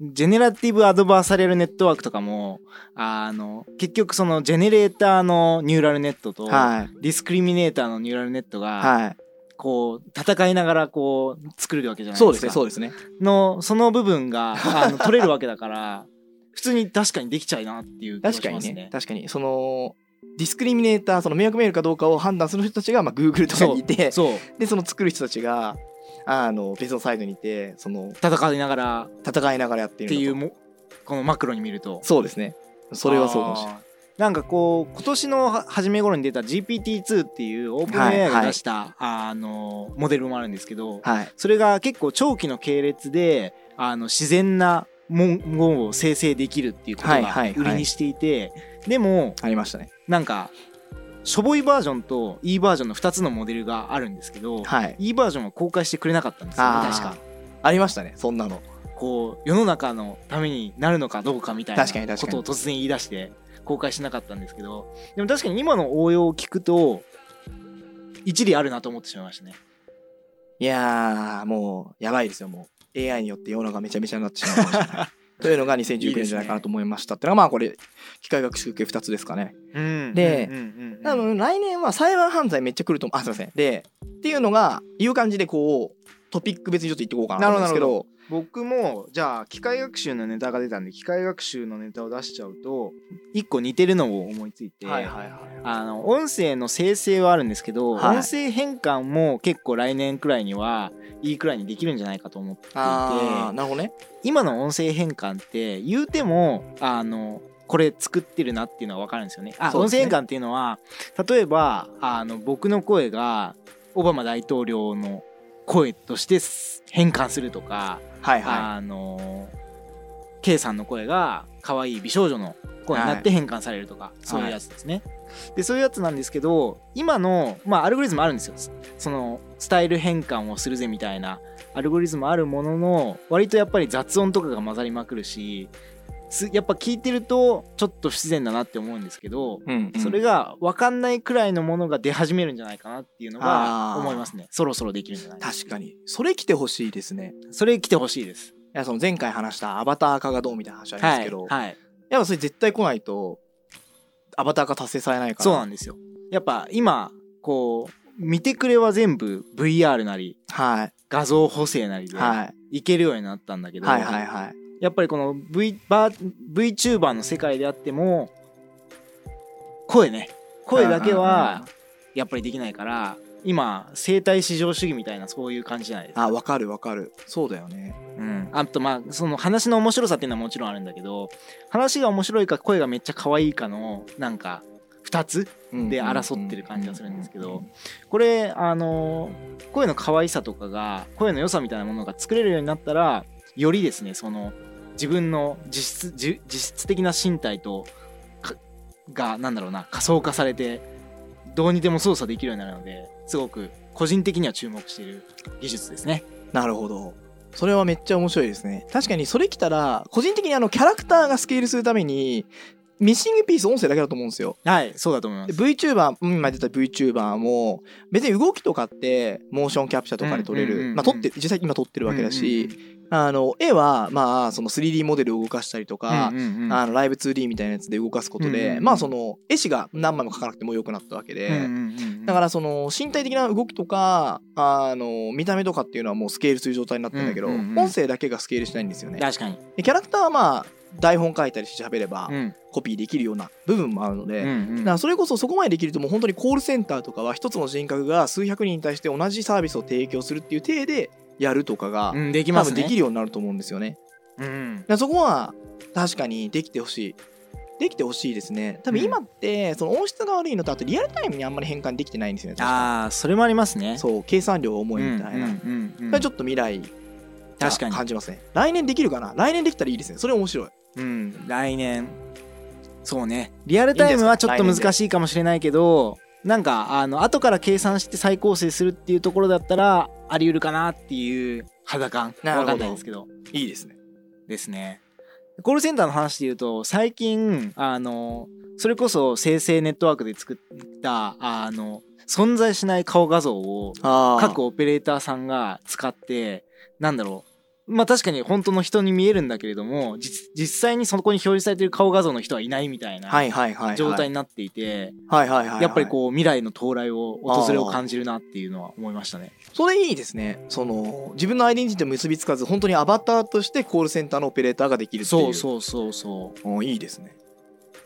[SPEAKER 1] ジェネラティブアドバーサレルネットワークとかもあの結局そのジェネレーターのニューラルネットと
[SPEAKER 2] はい、
[SPEAKER 1] ディスクリミネーターのニューラルネットが
[SPEAKER 2] はい、
[SPEAKER 1] こう戦いながらこう作れるわけじゃない
[SPEAKER 2] そう
[SPEAKER 1] で
[SPEAKER 2] で
[SPEAKER 1] か
[SPEAKER 2] すすねそうですね
[SPEAKER 1] のその部分があの取れるわけだから [laughs] 普通に確かにできちゃいなっていう気が
[SPEAKER 2] 確か
[SPEAKER 1] しま
[SPEAKER 2] に
[SPEAKER 1] す
[SPEAKER 2] ね
[SPEAKER 1] ね。
[SPEAKER 2] 確かにそのディスクリミネーターその迷惑メールかどうかを判断する人たちが、まあ、Google とかにいて
[SPEAKER 1] そう
[SPEAKER 2] でその作る人たちがあの別のサイドにいてその
[SPEAKER 1] 戦いながら
[SPEAKER 2] 戦いながらやってい
[SPEAKER 1] っ
[SPEAKER 2] る
[SPEAKER 1] て
[SPEAKER 2] のと
[SPEAKER 1] いうもこのマクロに見ると
[SPEAKER 2] そうですねそれはそうかもしれない
[SPEAKER 1] ないなんかこう今年のは初め頃に出た GPT-2 っていうオープン
[SPEAKER 2] はい
[SPEAKER 1] AI が
[SPEAKER 2] はい
[SPEAKER 1] 出した、あのモデルもあるんですけど、
[SPEAKER 2] はい
[SPEAKER 1] それが結構長期の系列であの自然な文言を生成できるっていうこと
[SPEAKER 2] はいは
[SPEAKER 1] が
[SPEAKER 2] い
[SPEAKER 1] 売
[SPEAKER 2] はい
[SPEAKER 1] りにしていて、でも
[SPEAKER 2] ありましたね
[SPEAKER 1] なんかしょぼいバージョンと E バージョンの2つのモデルがあるんですけど、
[SPEAKER 2] はい
[SPEAKER 1] E バージョンは公開してくれなかったんですよね
[SPEAKER 2] あー
[SPEAKER 1] 確か。
[SPEAKER 2] ありましたねそんなの
[SPEAKER 1] こう世の中のためになるのかどうかみたいな
[SPEAKER 2] 確かに確か
[SPEAKER 1] こ
[SPEAKER 2] に
[SPEAKER 1] とを突然言い出して公開しなかったんですけどでも確かに今の応用を聞くと一理あるなと思ってしまいましたね。
[SPEAKER 2] いやーもうやばいですよもう AI によって世の中めちゃめちゃになってしまうかもしれない
[SPEAKER 1] [laughs]
[SPEAKER 2] というのが2019年じゃないかなと思いましたってのはまあこれ機械学習系2つですかね
[SPEAKER 1] う
[SPEAKER 2] で
[SPEAKER 1] んうんうんうん
[SPEAKER 2] 多分来年はサイバー犯罪めっちゃ来ると思うあすいませんでっていうのがいう感じでこうトピック別にちょっと言っていこうかなと思うんですけ
[SPEAKER 1] な
[SPEAKER 2] ど
[SPEAKER 1] る僕もじゃあ機械学習のネタが出たんで機械学習のネタを出しちゃうと一個似てるのを思いついて、
[SPEAKER 2] はいはいはい
[SPEAKER 1] あの音声の生成はあるんですけど、
[SPEAKER 2] はい
[SPEAKER 1] 音声変換も結構来年くらいにはいいくらいにできるんじゃないかと思っていて。
[SPEAKER 2] あーなるほどね
[SPEAKER 1] 今の音声変換って言うてもあのこれ作ってるなっていうのは分かるんですよね。あ
[SPEAKER 2] そう
[SPEAKER 1] 音
[SPEAKER 2] です
[SPEAKER 1] 声
[SPEAKER 2] ね
[SPEAKER 1] 変換っていうのは例えばあの僕の声がオバマ大統領の声としてす変換するとか、
[SPEAKER 2] はいは
[SPEAKER 1] あの K さんの声が可愛い美少女の声になって変換されるとか、そういうやつですね。でそういうやつなんですけど今の、まあ、アルゴリズムあるんですよそのスタイル変換をするぜみたいなアルゴリズムあるものの割とやっぱり雑音とかが混ざりまくるしすやっぱ聞いてるとちょっと不自然だなって思うんですけど、
[SPEAKER 2] い、うんうん
[SPEAKER 1] それが分かんないくらいのものが出始めるんじゃないかなっていうのが
[SPEAKER 2] あー
[SPEAKER 1] 思いますねそろそろできるんじゃないか
[SPEAKER 2] 確かにそれ来てほしいですね
[SPEAKER 1] それ来てほしいです。
[SPEAKER 2] いやその前回話したアバター化がどうみたいな話あります
[SPEAKER 1] はい
[SPEAKER 2] けど、
[SPEAKER 1] はい、
[SPEAKER 2] やっぱそれ絶対来ないとアバター化達成されないから
[SPEAKER 1] そうなんですよやっぱ今こう見てくれは全部 VR なり
[SPEAKER 2] はい
[SPEAKER 1] 画像補正なりで
[SPEAKER 2] はい
[SPEAKER 1] いけるようになったんだけど、
[SPEAKER 2] はいはいはい
[SPEAKER 1] やっぱりこの v バー VTuber の世界であっても声ね声だけはやっぱりできないから今生態至上主義みたいなそういう感じじゃないですか。
[SPEAKER 2] あわかるわかるそうだよね
[SPEAKER 1] うん、あとまあその話の面白さっていうのはもちろんあるんだけど話が面白いか声がめっちゃ可愛いかのなんか2つで争ってる感じがするんですけどこれあのー声の可愛さとかが声の良さみたいなものが作れるようになったらよりですねその自分の実質じ実質的な身体とかがなんだろうな仮想化されてどうにでも操作できるようになるのですごく個人的には注目している技術ですね。
[SPEAKER 2] なるほどそれはめっちゃ面白いですね確かにそれ来たら個人的にあのキャラクターがスケールするためにミッシングピース音声だけだと思うんですよ
[SPEAKER 1] はいそうだと思います
[SPEAKER 2] で VTuber うん今出た VTuber も別に動きとかってモーションキャプチャーとかで撮れ
[SPEAKER 1] うんうんうんう
[SPEAKER 2] る
[SPEAKER 1] ん
[SPEAKER 2] まあ撮って実際今撮ってるわけだ
[SPEAKER 1] うん
[SPEAKER 2] しあの絵はまあその 3D モデルを動かしたりとか
[SPEAKER 1] うんうんうん
[SPEAKER 2] あのライブ 2D みたいなやつで動かすこと
[SPEAKER 1] うんうん
[SPEAKER 2] で
[SPEAKER 1] うん
[SPEAKER 2] まあその絵師が何枚も描かなくても良くなったわけでだ
[SPEAKER 1] か
[SPEAKER 2] からその身体的な動きとかあの見た目とかっていうのはもうスケールする状態になってるんだけど、
[SPEAKER 1] うんうんうん
[SPEAKER 2] 音声だけがスケールしないんですよね
[SPEAKER 1] 確かに、
[SPEAKER 2] でキャラクターはまあ台本書いたりして喋れば
[SPEAKER 1] うん
[SPEAKER 2] コピーできるような部分もあるので、
[SPEAKER 1] うんうん
[SPEAKER 2] だからそれこそそこまでできるともう本当にコールセンターとかは一つの人格が数百人に対して同じサービスを提供するっていう体でやるとかが、
[SPEAKER 1] うんでき
[SPEAKER 2] 多
[SPEAKER 1] ます
[SPEAKER 2] 分
[SPEAKER 1] ね
[SPEAKER 2] できるようになると思うんですよね。
[SPEAKER 1] うん
[SPEAKER 2] だからそこは確かにできてほしいできてほしいですね多分今ってその音質が悪いのとあとリアルタイムにあんまり変換できてないんですよね確か
[SPEAKER 1] ああそれもありますね
[SPEAKER 2] そう計算量が重いみたいな、
[SPEAKER 1] うん
[SPEAKER 2] だ
[SPEAKER 1] うんうんうん
[SPEAKER 2] からちょっと未来が
[SPEAKER 1] 確かに
[SPEAKER 2] 感じますね来年できるかな来年できたらいいですねそれ面白い
[SPEAKER 1] うん来年そうねリアルタイムはちょっと難しいかもしれないけどなんかあの後から計算して再構成するっていうところだったらあり得るかなっていう肌感
[SPEAKER 2] なるほど
[SPEAKER 1] わかんないですけど
[SPEAKER 2] いいですね
[SPEAKER 1] ですねコールセンターの話で言うと最近あのそれこそ生成ネットワークで作ったあの存在しない顔画像を
[SPEAKER 2] あ
[SPEAKER 1] 各オペレーターさんが使ってなんだろうまあ確かに本当の人に見えるんだけれども実実際にそこに表示されてる顔画像の人はいないみたい
[SPEAKER 2] は
[SPEAKER 1] ない
[SPEAKER 2] はいはいはい
[SPEAKER 1] 状態になっていて、
[SPEAKER 2] はいはいはいはい
[SPEAKER 1] やっぱりこう未来の到来を訪れを感じるなっていうのは思いましたね。
[SPEAKER 2] それいいですねその自分のアイデンティティと結びつかず本当にアバターとしてコールセンターのオペレーターができるっていう
[SPEAKER 1] そうそうそうそ
[SPEAKER 2] うんいいですね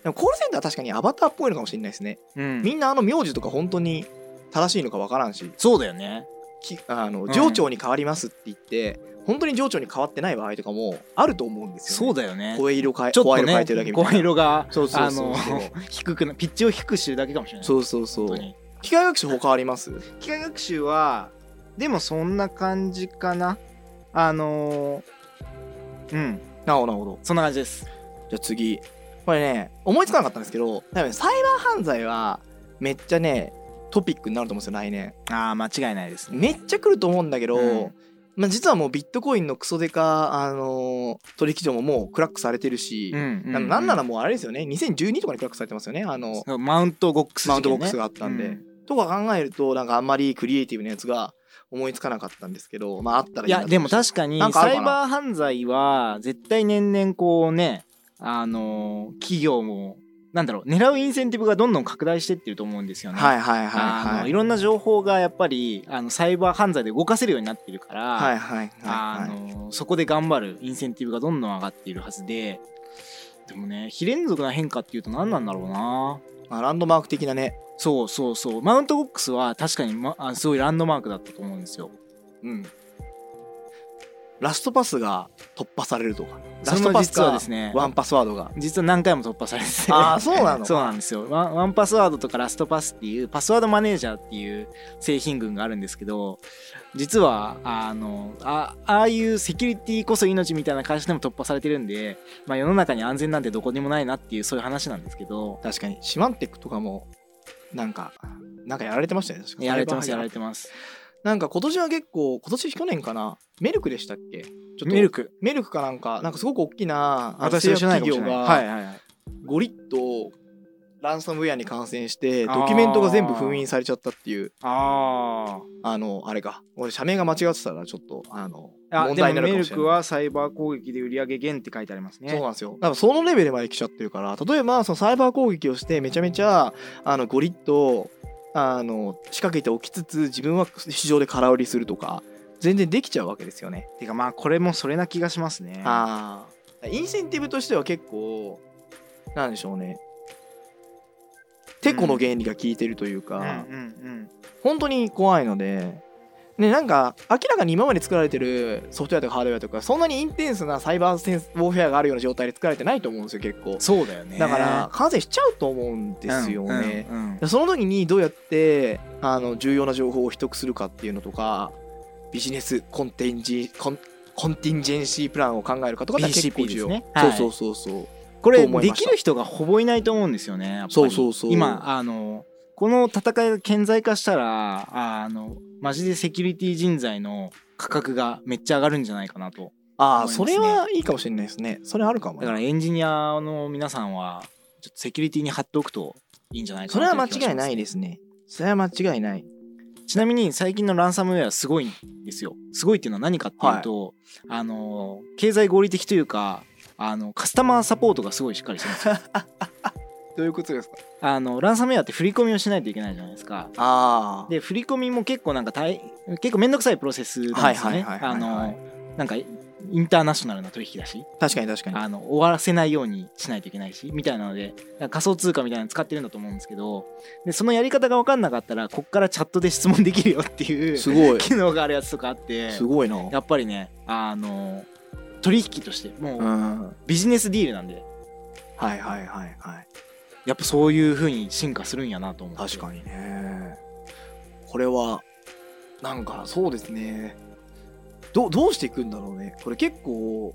[SPEAKER 2] でもコールセンターは確かにアバターっぽいのかもしれないですね
[SPEAKER 1] う。うん、
[SPEAKER 2] みんなあの名字とか本当に正しいのかわからんし
[SPEAKER 1] そうだよね。
[SPEAKER 2] きあの
[SPEAKER 1] ん
[SPEAKER 2] 情緒に変わりますって言って、本当に情緒に変わってない場合とかもあると思うんですよ、
[SPEAKER 1] そ
[SPEAKER 2] ね。
[SPEAKER 1] うだよね。
[SPEAKER 2] 声色変え
[SPEAKER 1] ちょっ
[SPEAKER 2] 声
[SPEAKER 1] と
[SPEAKER 2] 色変え
[SPEAKER 1] ね
[SPEAKER 2] てるだけみたいな。
[SPEAKER 1] 声色が
[SPEAKER 2] そうそうそう
[SPEAKER 1] あの [laughs] 低くなピッチを低くしてるだけかもしれない。
[SPEAKER 2] そううそうそうそ
[SPEAKER 1] 本
[SPEAKER 2] う
[SPEAKER 1] 当。に
[SPEAKER 2] 機械学習他あります？
[SPEAKER 1] 機械学習はでもそんな感じかなあのーうん
[SPEAKER 2] なおなほど。
[SPEAKER 1] そんな感じです
[SPEAKER 2] じゃあ次これね思いつかなかったんですけど、多分サイバー犯罪はめっちゃねトピックになると思うんですよ来年。
[SPEAKER 1] ああ間違いないですね
[SPEAKER 2] めっちゃ来ると思うんだけど。
[SPEAKER 1] うん
[SPEAKER 2] まあ、実はもうビットコインのクソデカ、あのー取引所ももうクラックされてるし、
[SPEAKER 1] ん
[SPEAKER 2] なんなんならもうあれですよね2012とかにクラックされてますよねあの
[SPEAKER 1] うマウントボックス
[SPEAKER 2] マウ
[SPEAKER 1] 事件
[SPEAKER 2] ントボ
[SPEAKER 1] ね
[SPEAKER 2] ックスがあったんで、
[SPEAKER 1] う
[SPEAKER 2] とか考えるとなんかあんまりクリエイティブなやつが思いつかなかったんですけどまああったらい
[SPEAKER 1] い
[SPEAKER 2] いな
[SPEAKER 1] やでも
[SPEAKER 2] か
[SPEAKER 1] 確かに
[SPEAKER 2] なんかある
[SPEAKER 1] サ
[SPEAKER 2] か
[SPEAKER 1] イ
[SPEAKER 2] な
[SPEAKER 1] バー犯罪は絶対年々こうねあのー企業もなんだろう狙うインセンティブがどんどん拡大してってると思うんですよね
[SPEAKER 2] はいいはいはい
[SPEAKER 1] あ
[SPEAKER 2] は
[SPEAKER 1] の
[SPEAKER 2] い
[SPEAKER 1] いろんな情報がやっぱりあのサイバー犯罪で動かせるようになってるから、
[SPEAKER 2] はいはいは
[SPEAKER 1] あ
[SPEAKER 2] いはい
[SPEAKER 1] のそこで頑張るインセンティブがどんどん上がっているはずででもね非連続な変化っていうと何なんだろうな
[SPEAKER 2] まあランドマーク的なね
[SPEAKER 1] そうそうそうマウントボックスは確かに、ま、あすごいランドマークだったと思うんですよ
[SPEAKER 2] うんラストパスが突破されるとか
[SPEAKER 1] そ
[SPEAKER 2] ラ
[SPEAKER 1] れ
[SPEAKER 2] ス
[SPEAKER 1] も
[SPEAKER 2] トパス
[SPEAKER 1] 実は
[SPEAKER 2] か
[SPEAKER 1] ですね
[SPEAKER 2] ワンパスワードが
[SPEAKER 1] 実は何回も突破されてて
[SPEAKER 2] ああそうなの
[SPEAKER 1] そうなんですよワンワンパスワードとかラストパスっていうパスワードマネージャーっていう製品群があるんですけど実はあのあああいうセキュリティこそ命みたいな会社でも突破されてるんで、まあ、世の中に安全なんてどこにもないなっていうそういう話なんですけど
[SPEAKER 2] 確かにシマンテックとかもなんかなんかやられてましたよね確か
[SPEAKER 1] やられてますやられ
[SPEAKER 2] て
[SPEAKER 1] てます
[SPEAKER 2] なんか今年は結構今年去年かなメルクでしたっけちょっと
[SPEAKER 1] ミルク
[SPEAKER 2] メルクかなんか、なんかすごく大きなあの
[SPEAKER 1] 私は知らないかもしれ
[SPEAKER 2] 製
[SPEAKER 1] ないはい
[SPEAKER 2] 薬企業が、
[SPEAKER 1] はいはい
[SPEAKER 2] ゴリッとランサムウェアに感染して、
[SPEAKER 1] あー
[SPEAKER 2] ドキュメントが全部封印されちゃったっていう、
[SPEAKER 1] あー
[SPEAKER 2] あの、あれか、俺、社名が間違ってたら、ちょっと、あの、
[SPEAKER 1] あ
[SPEAKER 2] 問
[SPEAKER 1] で
[SPEAKER 2] 題に
[SPEAKER 1] もメ
[SPEAKER 2] なるかも
[SPEAKER 1] ル
[SPEAKER 2] しれな
[SPEAKER 1] ク
[SPEAKER 2] い。
[SPEAKER 1] はサイバー攻撃で売り上げ減って書いてありますね
[SPEAKER 2] そうなんですよだからそのレベルまで来ちゃってるから例えばそのサイバー攻撃をしてめちゃめちゃあのゴリッとあの仕掛けておきつつ自分は市場で空売りするとか全然できちゃうわけですよね。
[SPEAKER 1] てかまあこれもそれな気がしますね
[SPEAKER 2] ああインセンティブとしては結構なんでしょうねてこの原理が効いてるというか、
[SPEAKER 1] うんうん
[SPEAKER 2] 本当に怖いので、ね、なんか明らかに今まで作られてるソフトウェアとかハードウェアとかそんなにインテンスなサイバーセンスウォーフェアがあるような状態で作られてないと思うんですよ結構
[SPEAKER 1] そうだよね
[SPEAKER 2] だから感染しちゃうと思うんですよね、
[SPEAKER 1] うんうんうん
[SPEAKER 2] その時にどうやってあの重要な情報を取得するかっていうのとかビジネスコンテンジコンコンティンジェンシープランを考えるかとかって結構
[SPEAKER 1] BCP
[SPEAKER 2] 重
[SPEAKER 1] です
[SPEAKER 2] 要、
[SPEAKER 1] ねはい
[SPEAKER 2] そうそうそうそう
[SPEAKER 1] ことれ
[SPEAKER 2] 思い
[SPEAKER 1] で
[SPEAKER 2] ました
[SPEAKER 1] きる人がほぼいないと思うんですよねやっぱり
[SPEAKER 2] そうそうそう
[SPEAKER 1] 今あのこの戦いが顕在化したらあのマジでセキュリティ人材の価格がめっちゃ上がるんじゃないかなと
[SPEAKER 2] あ
[SPEAKER 1] 思
[SPEAKER 2] あ、
[SPEAKER 1] います
[SPEAKER 2] そ
[SPEAKER 1] ね
[SPEAKER 2] れはいいかもしれないですねそれあるかも
[SPEAKER 1] だからエンジニアの皆さんはちょっとセキュリティに貼っておくといいんじゃないか
[SPEAKER 2] そ
[SPEAKER 1] な
[SPEAKER 2] れは
[SPEAKER 1] と
[SPEAKER 2] 間
[SPEAKER 1] う気がします
[SPEAKER 2] 違いないですねそれは間違いない
[SPEAKER 1] ちなみに最近のランサムウェアすごいんですよすごいっていうのは何かっていうと、あの経済合理的というかあのカスタマーサポートがすごいしっかりしてますよ
[SPEAKER 2] どういうことですか
[SPEAKER 1] あのランサムウェアって振り込みをしないといけないじゃないですか
[SPEAKER 2] ああ
[SPEAKER 1] で振り込みも結構なんか大結構面倒くさいプロセスなんですよね
[SPEAKER 2] はいはいはい
[SPEAKER 1] あ
[SPEAKER 2] はいはい
[SPEAKER 1] のなんかインターナショナルな取引だし
[SPEAKER 2] 確かに確かに
[SPEAKER 1] あの終わらせないようにしないといけないしみたいなのでなんか仮想通貨みたいなの使ってるんだと思うんですけどでそのやり方が分かんなかったらこっからチャットで質問できるよっていう
[SPEAKER 2] すごい
[SPEAKER 1] 機能があるやつとかあって
[SPEAKER 2] すごいな
[SPEAKER 1] やっぱりねあの取引としても
[SPEAKER 2] う
[SPEAKER 1] うん
[SPEAKER 2] はい
[SPEAKER 1] ビジネスディールなんで
[SPEAKER 2] はいはいはい
[SPEAKER 1] やっぱそういう風に進化するんやなと思って
[SPEAKER 2] 確かにねこれはなんかそうですねどうどうしていくんだろうねこれ結構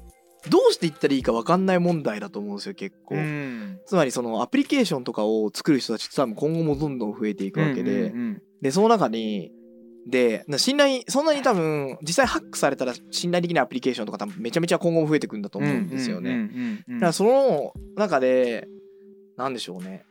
[SPEAKER 2] どうしていったらいいか分かんない問題だと思うんですよ結構、
[SPEAKER 1] うん
[SPEAKER 2] つまりそのアプリケーションとかを作る人たちって多分今後もどんどん増えていくわけで、
[SPEAKER 1] うんうん
[SPEAKER 2] でその中にでな信頼そんなに多分実際ハックされたら信頼できないアプリケーションとか多分めちゃめちゃ今後も増えてくんだと
[SPEAKER 1] う
[SPEAKER 2] 思うんですよ
[SPEAKER 1] ん
[SPEAKER 2] ね、
[SPEAKER 1] うんうんうん
[SPEAKER 2] だからその中でなんでしょうね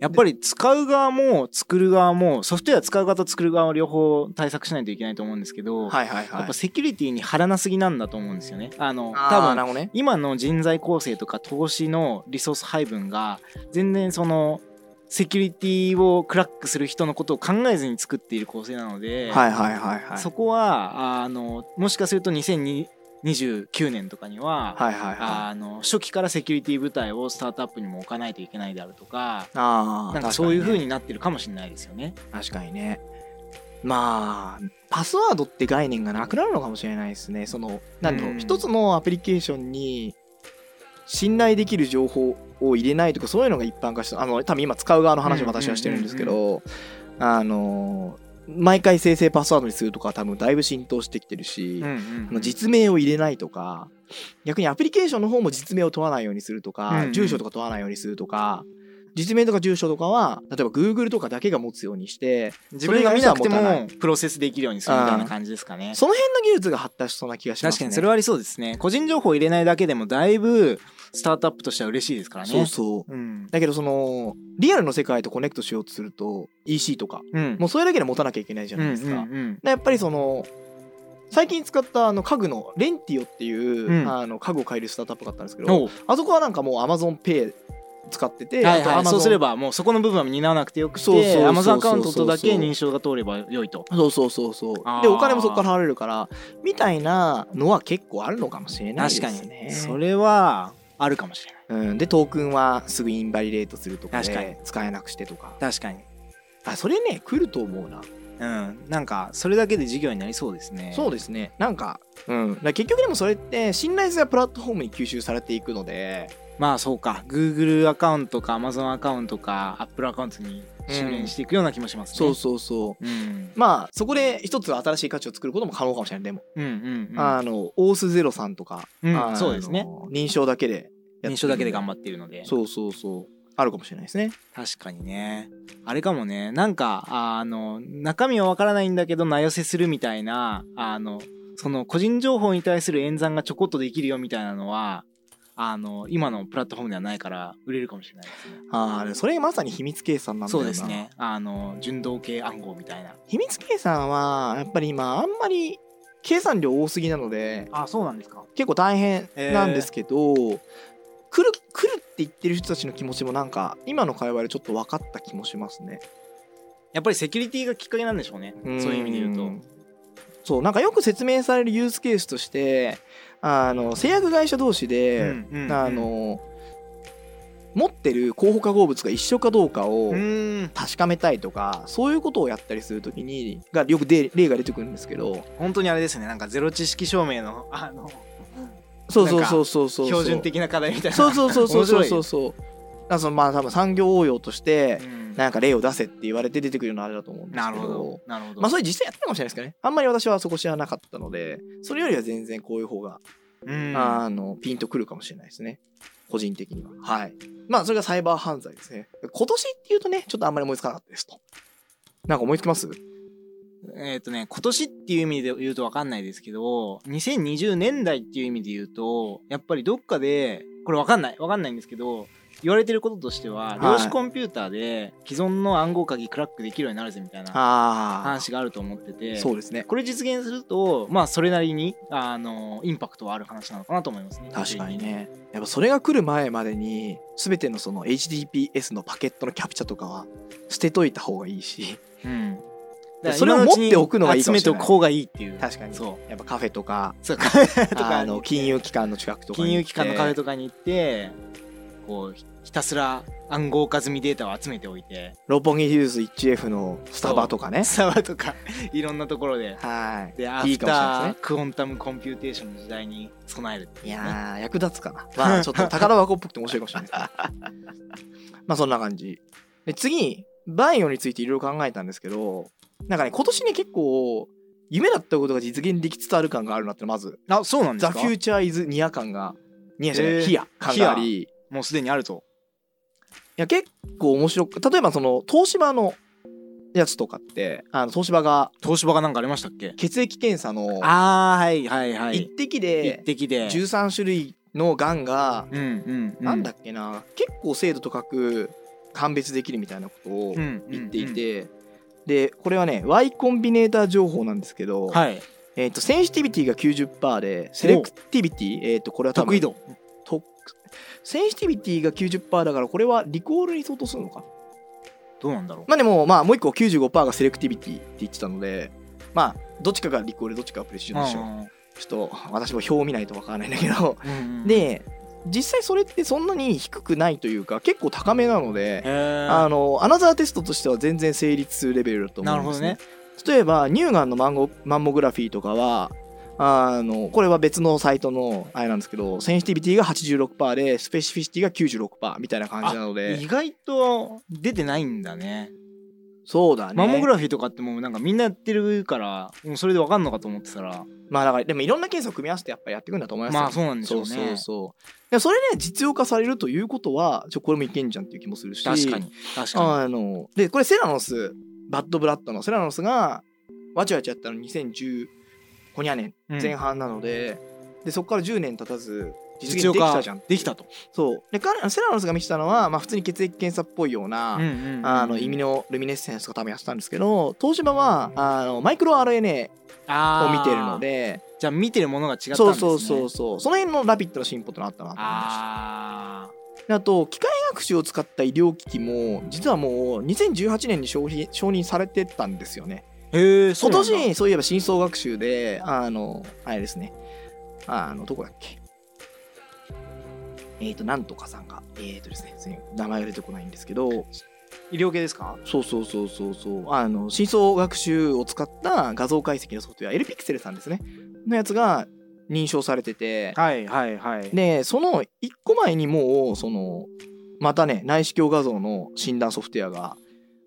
[SPEAKER 1] やっぱり使う側も作る側もソフトウェア使う側と作る側を両方対策しないといけないと思うんですけど、
[SPEAKER 2] はいはいはい
[SPEAKER 1] やっぱセキュリティに張らなすぎなんだと思うんですよね。あの
[SPEAKER 2] あー
[SPEAKER 1] 多
[SPEAKER 2] な
[SPEAKER 1] 分
[SPEAKER 2] るほどね
[SPEAKER 1] 今の人材構成とか投資のリソース配分が全然そのセキュリティをクラックする人のことを考えずに作っている構成なので、
[SPEAKER 2] はいはいはいはい
[SPEAKER 1] そこはあのもしかすると2029年とかには、
[SPEAKER 2] はいはいはいあ
[SPEAKER 1] あの初期からセキュリティ部隊をスタートアップにも置かないといけないであるとか、
[SPEAKER 2] あ
[SPEAKER 1] な
[SPEAKER 2] ー
[SPEAKER 1] んか
[SPEAKER 2] 確
[SPEAKER 1] そういう
[SPEAKER 2] にね
[SPEAKER 1] 風になってるかもしれないですよね。
[SPEAKER 2] 確かにねまあパスワードって概念がなくなるのかもしれないですねそのなんだろ
[SPEAKER 1] う
[SPEAKER 2] うん一つのアプリケーションに信頼できる情報を入れないとかそういうのが一般化してあの多分今使う側の話を私はしてるんですけどあの毎回生成パスワードにするとか多分だいぶ浸透してきてるし、あの実名を入れないとか逆にアプリケーションの方も実名を問わないようにするとか、
[SPEAKER 1] うんうん
[SPEAKER 2] 住所とか問わないようにするとか実名とか住所とかは例えば Google とかだけが持つようにして
[SPEAKER 1] 自分が見なくて
[SPEAKER 2] それ以外の人は持
[SPEAKER 1] もプロセスできるようにするみたいな感じですかね。
[SPEAKER 2] その辺の技術が発達しそうな気がしますね
[SPEAKER 1] 確かにそれはありそうですね。個人情報を入れないだけでもだいぶスタートアップとしては嬉しいですからね。
[SPEAKER 2] そうそう
[SPEAKER 1] うん
[SPEAKER 2] だけどそのリアルの世界とコネクトしようとすると EC とか
[SPEAKER 1] うん
[SPEAKER 2] もうそれだけで持たなきゃいけないじゃないですか、
[SPEAKER 1] うんうん
[SPEAKER 2] でやっぱりその最近使ったあの家具のレンティオっていう、
[SPEAKER 1] うん
[SPEAKER 2] あの家具を買えるスタートアップがあったんですけ
[SPEAKER 1] うん
[SPEAKER 2] ど
[SPEAKER 1] おう
[SPEAKER 2] あそこはなんかもう AmazonPay 使って
[SPEAKER 1] は
[SPEAKER 2] て、
[SPEAKER 1] い
[SPEAKER 2] あ
[SPEAKER 1] はい、
[SPEAKER 2] と Amazon
[SPEAKER 1] そうすればもうそこの部分は担わなくてよくて
[SPEAKER 2] そうそうそうそう
[SPEAKER 1] Amazon アカウントとだけ認証が通ればよいと。
[SPEAKER 2] そうそうそうそう
[SPEAKER 1] あ
[SPEAKER 2] で
[SPEAKER 1] ー
[SPEAKER 2] お金もそこから払われるからみたいなのは結構あるのかもしれないで
[SPEAKER 1] 確
[SPEAKER 2] す
[SPEAKER 1] か
[SPEAKER 2] ね
[SPEAKER 1] にそれはあるかもしれない。
[SPEAKER 2] うん、でトークンはすぐインバリレートするとか
[SPEAKER 1] 確かに
[SPEAKER 2] で使えなくしてとか
[SPEAKER 1] 確かに。
[SPEAKER 2] あそれね来ると思うな、
[SPEAKER 1] うん、なんかそれだけで事業になりそうですね。
[SPEAKER 2] そうですねなんか,、うん、だから結局でもそれって信頼性がプラットフォームに吸収されていくので
[SPEAKER 1] まあそうか Google アカウントか Amazon アカウントか Apple アカウントに収
[SPEAKER 2] うん
[SPEAKER 1] 連していくような気もしますね。
[SPEAKER 2] そうそうそう
[SPEAKER 1] うん
[SPEAKER 2] まあそこで一つ新しい価値を作ることも可能かもしれないでも、
[SPEAKER 1] うんうんうん
[SPEAKER 2] あのオースゼロさんとか、
[SPEAKER 1] うん
[SPEAKER 2] あの
[SPEAKER 1] そうですね
[SPEAKER 2] 認証だけでやってる
[SPEAKER 1] 認証だけで頑張っているので
[SPEAKER 2] そうそうそうあるかもしれないですね
[SPEAKER 1] 確かにねあれかもねなんかああの中身はわからないんだけど名寄せするみたいなあのその個人情報に対する演算がちょこっとできるよみたいなのはあの今のプラットフォームではないから売れるかもしれないですね。
[SPEAKER 2] ああそれがまさに秘密計算なんだ
[SPEAKER 1] そ
[SPEAKER 2] よ
[SPEAKER 1] う
[SPEAKER 2] な
[SPEAKER 1] ですねあの純動系暗号みたいな。
[SPEAKER 2] 秘密計算はやっぱり今あんまり計算量多すぎなので
[SPEAKER 1] あそうなんですか。
[SPEAKER 2] 結構大変なんですけど、来る来るって言ってる人たちの気持ちもなんか今の会話でちょっと分かった気もしますね
[SPEAKER 1] やっぱりセキュリティがきっかけなんでしょうね。そういう意味で言うと。
[SPEAKER 2] そうなんかよく説明されるユースケースとしてあの製薬会社同士で、
[SPEAKER 1] うんうんうん
[SPEAKER 2] あの持ってる候補化合物が一緒かどうかを
[SPEAKER 1] うーん
[SPEAKER 2] 確かめたいとかそういうことをやったりするときにがよくで例が出てくるんですけど
[SPEAKER 1] 本当にあれですねなんかゼロ知識証明のあの
[SPEAKER 2] そうそうそうそうそう
[SPEAKER 1] 標準的な課題みたいな
[SPEAKER 2] そうそうそうそうそう
[SPEAKER 1] 面白い
[SPEAKER 2] そうそうだからそのまあ多分産業応用として
[SPEAKER 1] うん
[SPEAKER 2] なんか例を出せって言われて出てくるようなあれだと思うんです
[SPEAKER 1] な
[SPEAKER 2] け
[SPEAKER 1] る
[SPEAKER 2] ど
[SPEAKER 1] ほどなるほど
[SPEAKER 2] まあそれ実際やってたかもしれないですけどねあんまり私はそこ知らなかったのでそれよりは全然こういう方が
[SPEAKER 1] うん
[SPEAKER 2] あのピンとくるかもしれないですね個人的にははいまあそれがサイバー犯罪ですね今年っていうとねちょっとあんまり思いつかなかったですとなんか思いつきます
[SPEAKER 1] えっ、とね、今年っていう意味で言うと分かんないですけど、2020年代っていう意味で言うと、やっぱりどっかで、これ分かんない、分かんないんですけど、言われてることとしては、
[SPEAKER 2] はい
[SPEAKER 1] 量子コンピューターで既存の暗号鍵クラックできるようになるぜみたいな
[SPEAKER 2] あ
[SPEAKER 1] 話があると思ってて、
[SPEAKER 2] あそうですね
[SPEAKER 1] これ実現すると、まあそれなりに、あの、インパクトはある話なのかなと思いますね。
[SPEAKER 2] 確かに。ねやっぱそれが来る前までに全てのその HTTPS のパケットのキャプチャとかは捨てといた方がい
[SPEAKER 1] [laughs]
[SPEAKER 2] いし
[SPEAKER 1] うん。
[SPEAKER 2] でそれを持っておくのがいいかもしれな
[SPEAKER 1] 集めて
[SPEAKER 2] い
[SPEAKER 1] おく方がいいっていう。
[SPEAKER 2] 確かに
[SPEAKER 1] そう。
[SPEAKER 2] やっぱカフェとか
[SPEAKER 1] そう、カフ [laughs] ェとかに
[SPEAKER 2] あの金融機関の近くとかに
[SPEAKER 1] 金融機関のカフェ
[SPEAKER 2] と
[SPEAKER 1] とかに行ってこうひひたすら暗号化済みデータを集めておいて
[SPEAKER 2] 六本木ヒルズ 1F のスタバとかね
[SPEAKER 1] サワーとかいろんなところで
[SPEAKER 2] はい
[SPEAKER 1] でア
[SPEAKER 2] い
[SPEAKER 1] フ
[SPEAKER 2] いかもしれない
[SPEAKER 1] タ
[SPEAKER 2] で
[SPEAKER 1] ークォンタムコンピューテーションの時代に備えるって
[SPEAKER 2] い
[SPEAKER 1] いうね、
[SPEAKER 2] やー役立つかな。まあちょっと宝箱っぽくて面白いかもしれない
[SPEAKER 1] [laughs]
[SPEAKER 2] ですね。まあそんな感じ。で次、バイオについていろいろ考えたんですけど、なんかね、今年ね結構、夢だったことが実現できつつある感があるなってのまず、
[SPEAKER 1] あそうなんで
[SPEAKER 2] ザ・
[SPEAKER 1] す
[SPEAKER 2] フ
[SPEAKER 1] か
[SPEAKER 2] ューチャー・イズ・ニア感が、ニアじゃな
[SPEAKER 1] へー
[SPEAKER 2] い、ヒア感があり、い
[SPEAKER 1] もうすでにあると
[SPEAKER 2] や結構面白く、例えばその東芝のやつとかって、あの東芝が
[SPEAKER 1] 東芝がなんかありましたっけ
[SPEAKER 2] 血液検査の
[SPEAKER 1] あーはいはいは
[SPEAKER 2] 一
[SPEAKER 1] い
[SPEAKER 2] 滴
[SPEAKER 1] 一
[SPEAKER 2] で
[SPEAKER 1] 滴で
[SPEAKER 2] 13種類のがんが
[SPEAKER 1] うんうんう
[SPEAKER 2] なんだっけな結構精度高く判別できるみたいなことを
[SPEAKER 1] うんうん
[SPEAKER 2] 言っていて、でこれはね Y コンビネーター情報なんですけど、
[SPEAKER 1] はい
[SPEAKER 2] えー、とセンシティビティが90%でセレクティビティ、えー、とこれは多分
[SPEAKER 1] 得意度
[SPEAKER 2] とセンシティビティが90%だからこれはリコールに相当するのか
[SPEAKER 1] どうなんだろう
[SPEAKER 2] まあでもまあもう一個95%がセレクティビティって言ってたのでまあどっちかがリコールどっちかがプレッシュでしょうちょっと私も表を見ないとわからないんだけど
[SPEAKER 1] うんうんうん
[SPEAKER 2] で実際それってそんなに低くないというか結構高めなので
[SPEAKER 1] へー
[SPEAKER 2] あのアナザーテストとしては全然成立するレベルだと思うんです、ね、
[SPEAKER 1] なる
[SPEAKER 2] 例えば乳がんのマンゴマンモグラフィーとかはあのこれは別のサイトのあれなんですけどセンシティビティが86%でスペシフィシティが96%みたいな感じなので
[SPEAKER 1] 意外と出てないんだね
[SPEAKER 2] そうだね
[SPEAKER 1] マンモグラフィーとかってもうなんかみんなやってるからもうそれでわかんのかと思ってたら
[SPEAKER 2] まあだからでもいろんな検査を組み合わせてやっぱりやっていくんだと思いますよ
[SPEAKER 1] まあそうなんでしょうね
[SPEAKER 2] そうそうそうでもそれね実用化されるということはちょこれもいけんじゃんっていう気もするし
[SPEAKER 1] 確かに確か
[SPEAKER 2] あのでこれセラノスバッドブラッドのセラノスがわちゃわちゃやったの2010ほにゃ年
[SPEAKER 1] に、
[SPEAKER 2] 前半なので,、でそこから10年経たず
[SPEAKER 1] 実
[SPEAKER 2] 実
[SPEAKER 1] 用
[SPEAKER 2] 現でき
[SPEAKER 1] 化
[SPEAKER 2] たじゃん
[SPEAKER 1] できたと、
[SPEAKER 2] そうで彼らセラノスが見せたのは、まあ、普通に血液検査っぽいような、あの意味
[SPEAKER 1] の
[SPEAKER 2] のルミネッセンスとか多分やってたんですけど東芝はあのマイクロ RNA を見てるので
[SPEAKER 1] じゃあ見てるものが違ったんです
[SPEAKER 2] そ
[SPEAKER 1] ね
[SPEAKER 2] うそうそうそうその辺の「ラビット!」の進歩ってのあったなと思いました
[SPEAKER 1] あ
[SPEAKER 2] であと機械学習を使った医療機器も実はもう2018年に承認承認されてたんですよね
[SPEAKER 1] ーへえそ
[SPEAKER 2] 今
[SPEAKER 1] うなんだ
[SPEAKER 2] 年そういえば深層学習であのあれですねあのどこだっけえっ、となんとかさんがえっ、とですねすいません名前が出てこないんですけど
[SPEAKER 1] 医療系ですか
[SPEAKER 2] そうそうそうそうそうあの深層学習を使った画像解析のソフトウェアエルピクセルさんですねのやつが認証されてて
[SPEAKER 1] はいはいはい
[SPEAKER 2] でその1個前にもうそのまたね内視鏡画像の診断ソフトウェアが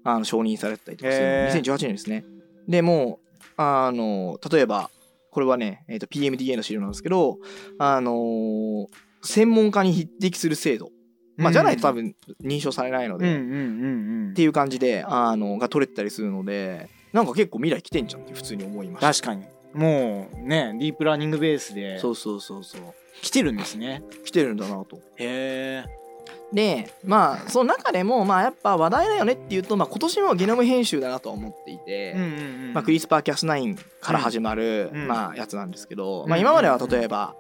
[SPEAKER 2] あの承認されてたりとかする
[SPEAKER 1] へー
[SPEAKER 2] 2018年ですねでもうあの例えばこれはね、えー、と PMDA の資料なんですけどあのー専門家に匹敵する制度、まあ、じゃないと多
[SPEAKER 1] 分
[SPEAKER 2] 分認証されないの
[SPEAKER 1] うん
[SPEAKER 2] で、
[SPEAKER 1] うん
[SPEAKER 2] っ
[SPEAKER 1] うんうん
[SPEAKER 2] ていう感じであのが取れてたりするのでなんか結構未来来てんじゃんって普通に思いました
[SPEAKER 1] 確かにもうねディープラーニングベースで
[SPEAKER 2] そうそうそうそう
[SPEAKER 1] 来てるんですね
[SPEAKER 2] 来てるんだなと
[SPEAKER 1] へえ
[SPEAKER 2] でまあその中でもまあやっぱ話題だよねっていうと、まあ、今年もゲノム編集だなとは思っていて、まあ、クリスパーキャス9から始まる、
[SPEAKER 1] うん
[SPEAKER 2] まあ、やつなんですけど、
[SPEAKER 1] うん
[SPEAKER 2] まあ、今までは例えば、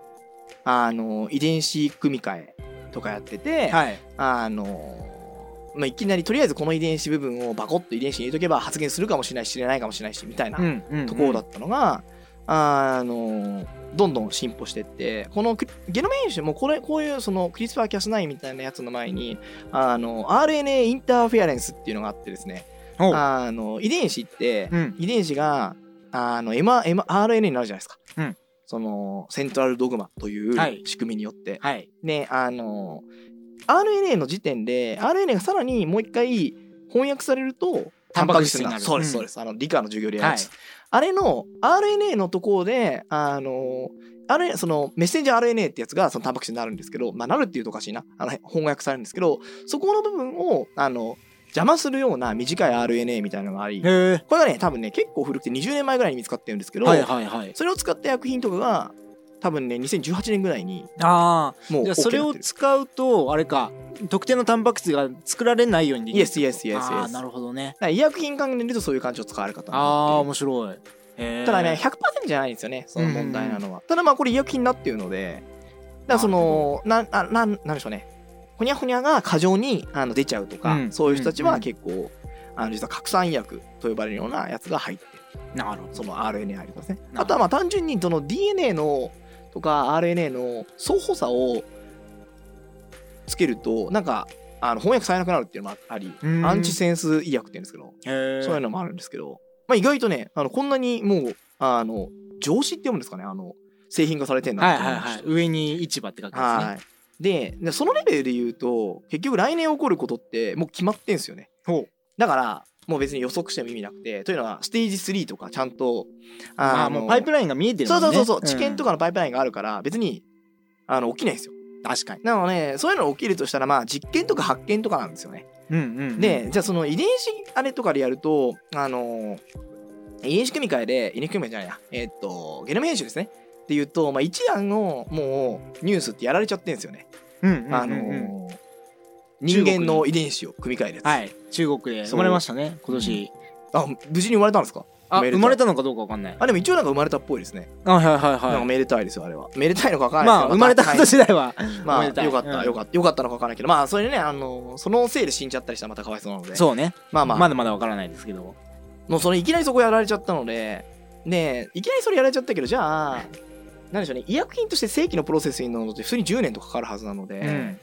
[SPEAKER 2] あの遺伝子組み換えとかやってて、
[SPEAKER 1] はい
[SPEAKER 2] あのまあ、いきなりとりあえずこの遺伝子部分をバコッと遺伝子に入れとけば発現するかもしれないし知れないかもしれないしみたいな
[SPEAKER 1] うんうんうん
[SPEAKER 2] ところだったのが、あのどんどん進歩してってこのクゲノム編集もこれこういうそのクリスパーキャス9みたいなやつの前にあの RNA インターフェアレンスっていうのがあってですね
[SPEAKER 1] ほう
[SPEAKER 2] あの遺伝子って
[SPEAKER 1] うん
[SPEAKER 2] 遺伝子があの、M M、RNA になるじゃないですか、
[SPEAKER 1] うん
[SPEAKER 2] そのセントラルドグマという
[SPEAKER 1] はい
[SPEAKER 2] 仕組みによって、
[SPEAKER 1] はい
[SPEAKER 2] ねあの RNA の時点で RNA がさらにもう一回翻訳されると
[SPEAKER 1] タンパク質になる
[SPEAKER 2] そうです
[SPEAKER 1] うん
[SPEAKER 2] そうです、あの理科の授業でやる
[SPEAKER 1] は
[SPEAKER 2] や
[SPEAKER 1] い
[SPEAKER 2] つ、あれの RNA のところであの RNA そのメッセンジャー RNA ってやつがそのタンパク質になるんですけど、まあ、なるっていうとおかしいなあの翻訳されるんですけどそこの部分をあの邪魔するような短い RNA みたいなのがあり
[SPEAKER 1] へえ
[SPEAKER 2] これがね多分ね結構古くて20年前ぐらいに見つかってるんですけど、
[SPEAKER 1] はいはいはい
[SPEAKER 2] それを使った薬品とかが多分ね2018年ぐらいに
[SPEAKER 1] あ
[SPEAKER 2] も
[SPEAKER 1] あ
[SPEAKER 2] う
[SPEAKER 1] じゃあそれ
[SPEAKER 2] OK になっ
[SPEAKER 1] を
[SPEAKER 2] てる
[SPEAKER 1] 使うとあれか特定のタンパク質が作られないようにできる
[SPEAKER 2] Yes, yes, yes, yes.
[SPEAKER 1] ああなるほどね
[SPEAKER 2] だから医薬品関連で言うとそういう感じを使われる方
[SPEAKER 1] ああ面白いへえ
[SPEAKER 2] ただね100%じゃないんですよねその問題なのは、ただまあこれ医薬品になっていうのでだからそのなななんなんでしょうねほにゃほにゃが過剰にあの出ちゃうとか、
[SPEAKER 1] うん
[SPEAKER 2] そういう人たち
[SPEAKER 1] うんう
[SPEAKER 2] は
[SPEAKER 1] ん
[SPEAKER 2] 結構、あの実は拡散医薬と呼ばれるようなやつが入ってる
[SPEAKER 1] なるほど
[SPEAKER 2] その RNA 入りますね
[SPEAKER 1] なるほど
[SPEAKER 2] あとはまあ単純にその DNA のとか RNA の相補差をつけるとなんかあの翻訳されなくなるっていうのもあり
[SPEAKER 1] うん
[SPEAKER 2] アンチセンス医薬っていうんですけど
[SPEAKER 1] へえ
[SPEAKER 2] そういうのもあるんですけど、まあ、意外とねあのこんなにもうあの上司って読むんですかねあの製品化されてん
[SPEAKER 1] は
[SPEAKER 2] だ
[SPEAKER 1] い
[SPEAKER 2] って
[SPEAKER 1] はい
[SPEAKER 2] 思いま
[SPEAKER 1] は
[SPEAKER 2] し
[SPEAKER 1] い
[SPEAKER 2] た
[SPEAKER 1] 上に市場って書くんですね
[SPEAKER 2] はいででそのレベルで言うと結局来年起こることってもう決まってんすよね
[SPEAKER 1] ほう
[SPEAKER 2] だからもう別に予測しても意味なくてというのはステージ3とかちゃんと
[SPEAKER 1] ああもうパイプ
[SPEAKER 2] ラ
[SPEAKER 1] ラインが見えてるもんね
[SPEAKER 2] そうそうそうそう治験と
[SPEAKER 1] か
[SPEAKER 2] かのパイプラインがあるから別にあの起きないんですよ
[SPEAKER 1] 確かに
[SPEAKER 2] なのでそういうのが起きるとしたらまあ実験とか発見とかなんですよね
[SPEAKER 1] うんうんうん
[SPEAKER 2] でじゃあその遺伝子あれとかでやるとあのー遺伝子組み換えで遺伝子組み換えじゃないなえーっとゲノム編集ですねっていうと、まあ、一覧のもうニュースってやられちゃってるんですよね、
[SPEAKER 1] うんうんうんうん
[SPEAKER 2] あのー人間の遺伝子を組み換えるやつ、
[SPEAKER 1] はい中国で
[SPEAKER 2] そう
[SPEAKER 1] 生まれましたね今年
[SPEAKER 2] あ無事に生まれたんですか
[SPEAKER 1] あ
[SPEAKER 2] おめで
[SPEAKER 1] 生
[SPEAKER 2] とう
[SPEAKER 1] まれたのかどうかわかんない
[SPEAKER 2] あでも一応なんか生まれたっぽいですね、
[SPEAKER 1] あはいはい
[SPEAKER 2] なんか
[SPEAKER 1] は
[SPEAKER 2] めでたいですよあれはめでたいのかわか
[SPEAKER 1] い
[SPEAKER 2] んないで
[SPEAKER 1] まあ
[SPEAKER 2] すけど
[SPEAKER 1] 生まれた
[SPEAKER 2] はい
[SPEAKER 1] こと次第はお
[SPEAKER 2] まあ
[SPEAKER 1] めでたい
[SPEAKER 2] よかった、
[SPEAKER 1] うん
[SPEAKER 2] よかったよかったのかわからないけどまあそれでねあのーそのせいで死んじゃったりしたらまたかわいそうなので
[SPEAKER 1] そうね
[SPEAKER 2] まあまあ
[SPEAKER 1] まだまだわからないですけど
[SPEAKER 2] もうそのいきなりそこやられちゃったのでねえいきなりそれやられちゃったけどじゃあ何でしょうね医薬品として正規のプロセスに乗るのって普通に10年とかかかるはずなの
[SPEAKER 1] う
[SPEAKER 2] で、
[SPEAKER 1] ん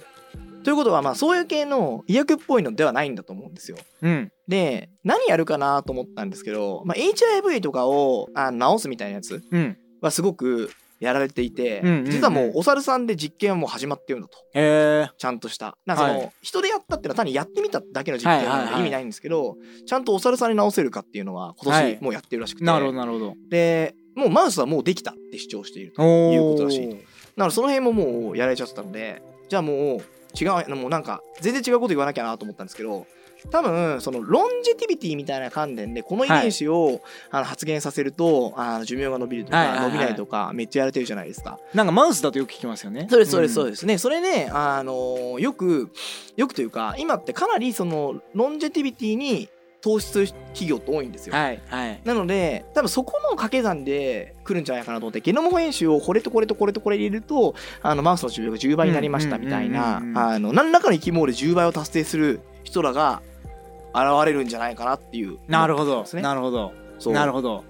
[SPEAKER 2] ということはまあそういう系の医薬っぽいのではないんだと思うんですよ
[SPEAKER 1] うん
[SPEAKER 2] で何やるかなと思ったんですけど、まあ、HIV とかをあ治すみたいなやつ
[SPEAKER 1] うん
[SPEAKER 2] はすごくやられていて、
[SPEAKER 1] うんうんうん
[SPEAKER 2] 実はもうお猿さんで実験はもう始まってるんだと
[SPEAKER 1] へえ
[SPEAKER 2] ちゃんとしたなんかその、
[SPEAKER 1] は
[SPEAKER 2] 人でやったってのは単にやってみただけの実
[SPEAKER 1] はい
[SPEAKER 2] 験なの
[SPEAKER 1] は
[SPEAKER 2] で
[SPEAKER 1] い
[SPEAKER 2] 意
[SPEAKER 1] は
[SPEAKER 2] 味
[SPEAKER 1] い
[SPEAKER 2] ないんですけど、ちゃんとお猿さんに治せるかっていうのは今
[SPEAKER 1] は
[SPEAKER 2] 年
[SPEAKER 1] い
[SPEAKER 2] もうやってるらしくて、
[SPEAKER 1] なるほどなるほど
[SPEAKER 2] でもうマウスはもうできたって主張していると
[SPEAKER 1] お
[SPEAKER 2] いうことらしいだからその辺ももうやられちゃってたのでじゃあもう違うもうなんか全然違うこと言わなきゃなと思ったんですけど多分そのロンジェティビティみたいな観点でこの遺伝子を、あの発現させるとあの寿命が伸びるとか、
[SPEAKER 1] はいはいはい
[SPEAKER 2] 伸びないとかめっちゃやられてるじゃないですか
[SPEAKER 1] なんかマウスだとよく聞きますよね
[SPEAKER 2] そうですそうですそう
[SPEAKER 1] す
[SPEAKER 2] ですねそれねあのよくよくというか今ってかなりそのロンジェティビティに投資する企業って多いんですよ
[SPEAKER 1] はいはい
[SPEAKER 2] なので多分そこの掛け算で来るんじゃないかなと思ってゲノム編集をこれとこれとこれとこれ入れるとあのマウスの寿命が10倍になりました
[SPEAKER 1] うん
[SPEAKER 2] みたいな
[SPEAKER 1] うんうんうんうん
[SPEAKER 2] あの何らかの生き物で10倍を達成する人らが現れるんじゃないかなっていう
[SPEAKER 1] なるほど
[SPEAKER 2] ですね
[SPEAKER 1] なるほど
[SPEAKER 2] そう
[SPEAKER 1] なるほど